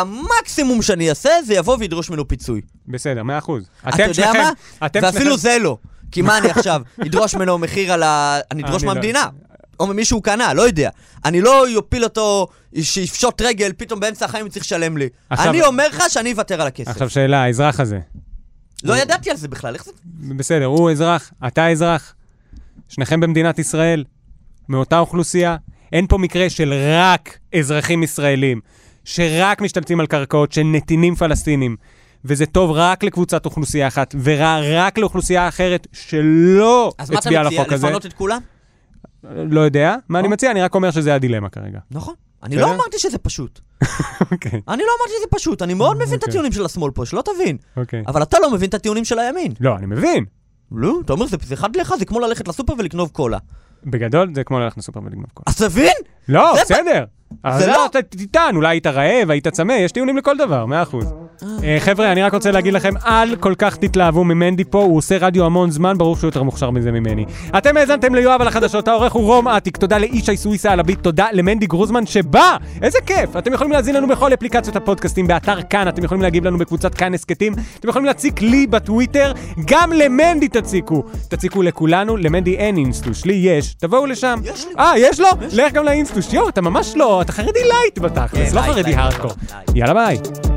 Speaker 3: המקסימום שאני אעשה זה יבוא וידרוש ממנו פיצוי.
Speaker 2: בסדר, 100%. אתם
Speaker 3: אתה יודע
Speaker 2: שניכם-
Speaker 3: מה?
Speaker 2: אתם
Speaker 3: ואפילו
Speaker 2: שניכם-
Speaker 3: זה לא. כי מה אני עכשיו, אדרוש ממנו מחיר על ה... אני אדרוש
Speaker 2: אני לא-
Speaker 3: מהמדינה. או ממי שהוא קנה, לא יודע. אני לא יפיל אותו, שיפשוט רגל, פתאום באמצע החיים הוא צריך לשלם לי.
Speaker 2: עכשיו-
Speaker 3: אני אומר לך שאני אוותר על הכסף.
Speaker 2: עכשיו שאלה, האזרח הזה.
Speaker 3: לא ידעתי על זה בכלל, איך זה...
Speaker 2: בסדר, הוא אזרח, אתה אזרח. שניכם במדינת ישראל, מאותה אוכלוסייה. אין פה מקרה של רק אזרחים ישראלים, שרק משתלטים על קרקעות של נתינים פלסטינים. וזה טוב רק לקבוצת אוכלוסייה אחת, ורע רק לאוכלוסייה אחרת שלא
Speaker 3: אז מה אתה
Speaker 2: הצביעה על
Speaker 3: מציע?
Speaker 2: החוק הזה.
Speaker 3: לפנות את כולם?
Speaker 2: לא יודע. מה אני מציע? אני רק אומר שזה הדילמה כרגע.
Speaker 3: נכון. אני
Speaker 2: בסדר?
Speaker 3: לא אמרתי שזה פשוט.
Speaker 2: אוקיי,
Speaker 3: אני לא אמרתי שזה פשוט. אני מאוד מבין את
Speaker 2: אוקיי.
Speaker 3: הטיעונים של השמאל פה, שלא תבין.
Speaker 2: אוקיי.
Speaker 3: אבל אתה לא מבין את הטיעונים של הימין.
Speaker 2: לא, אני מבין.
Speaker 3: לא, אתה אומר, זה זה אחד לאחד, זה כמו ללכת לסופר ולגנוב קולה.
Speaker 2: בגדול זה כמו ללכת לסופר ולגנוב קול.
Speaker 3: אז תבין?
Speaker 2: לא,
Speaker 3: זה
Speaker 2: בסדר. אז
Speaker 3: זה
Speaker 2: לא,
Speaker 3: לא.
Speaker 2: אתה תטען, אולי היית רעב, היית צמא, יש טיעונים לכל דבר, מאה אחוז. אה, חבר'ה, אני רק רוצה להגיד לכם, אל כל כך תתלהבו ממנדי פה, הוא עושה רדיו המון זמן, ברור שהוא יותר מוכשר מזה ממני. אתם האזנתם ליואב על החדשות, העורך הוא רום אטיק, תודה לאישי סוויסה על הביט, תודה למנדי גרוזמן שבא! איזה כיף! אתם יכולים להזין לנו בכל אפליקציות הפודקאסטים, באתר כאן, אתם יכולים להגיב לנו בקבוצת כאן הסכתים, אתם יכולים להציק לי בטוויטר, גם למנדי תציקו. תציקו לכולנו, למנדי אין אינסטוש, לי יש, תבואו לשם.
Speaker 3: יש לי.
Speaker 2: אה, יש לו? לך גם לאינסטוש. יואו, אתה ממש לא, אתה חרדי לייט בתכלס,
Speaker 3: כן,
Speaker 2: לא
Speaker 3: לייט,
Speaker 2: חרדי
Speaker 3: לייט,
Speaker 2: הארדקור.
Speaker 3: לייט.
Speaker 2: יאללה ביי.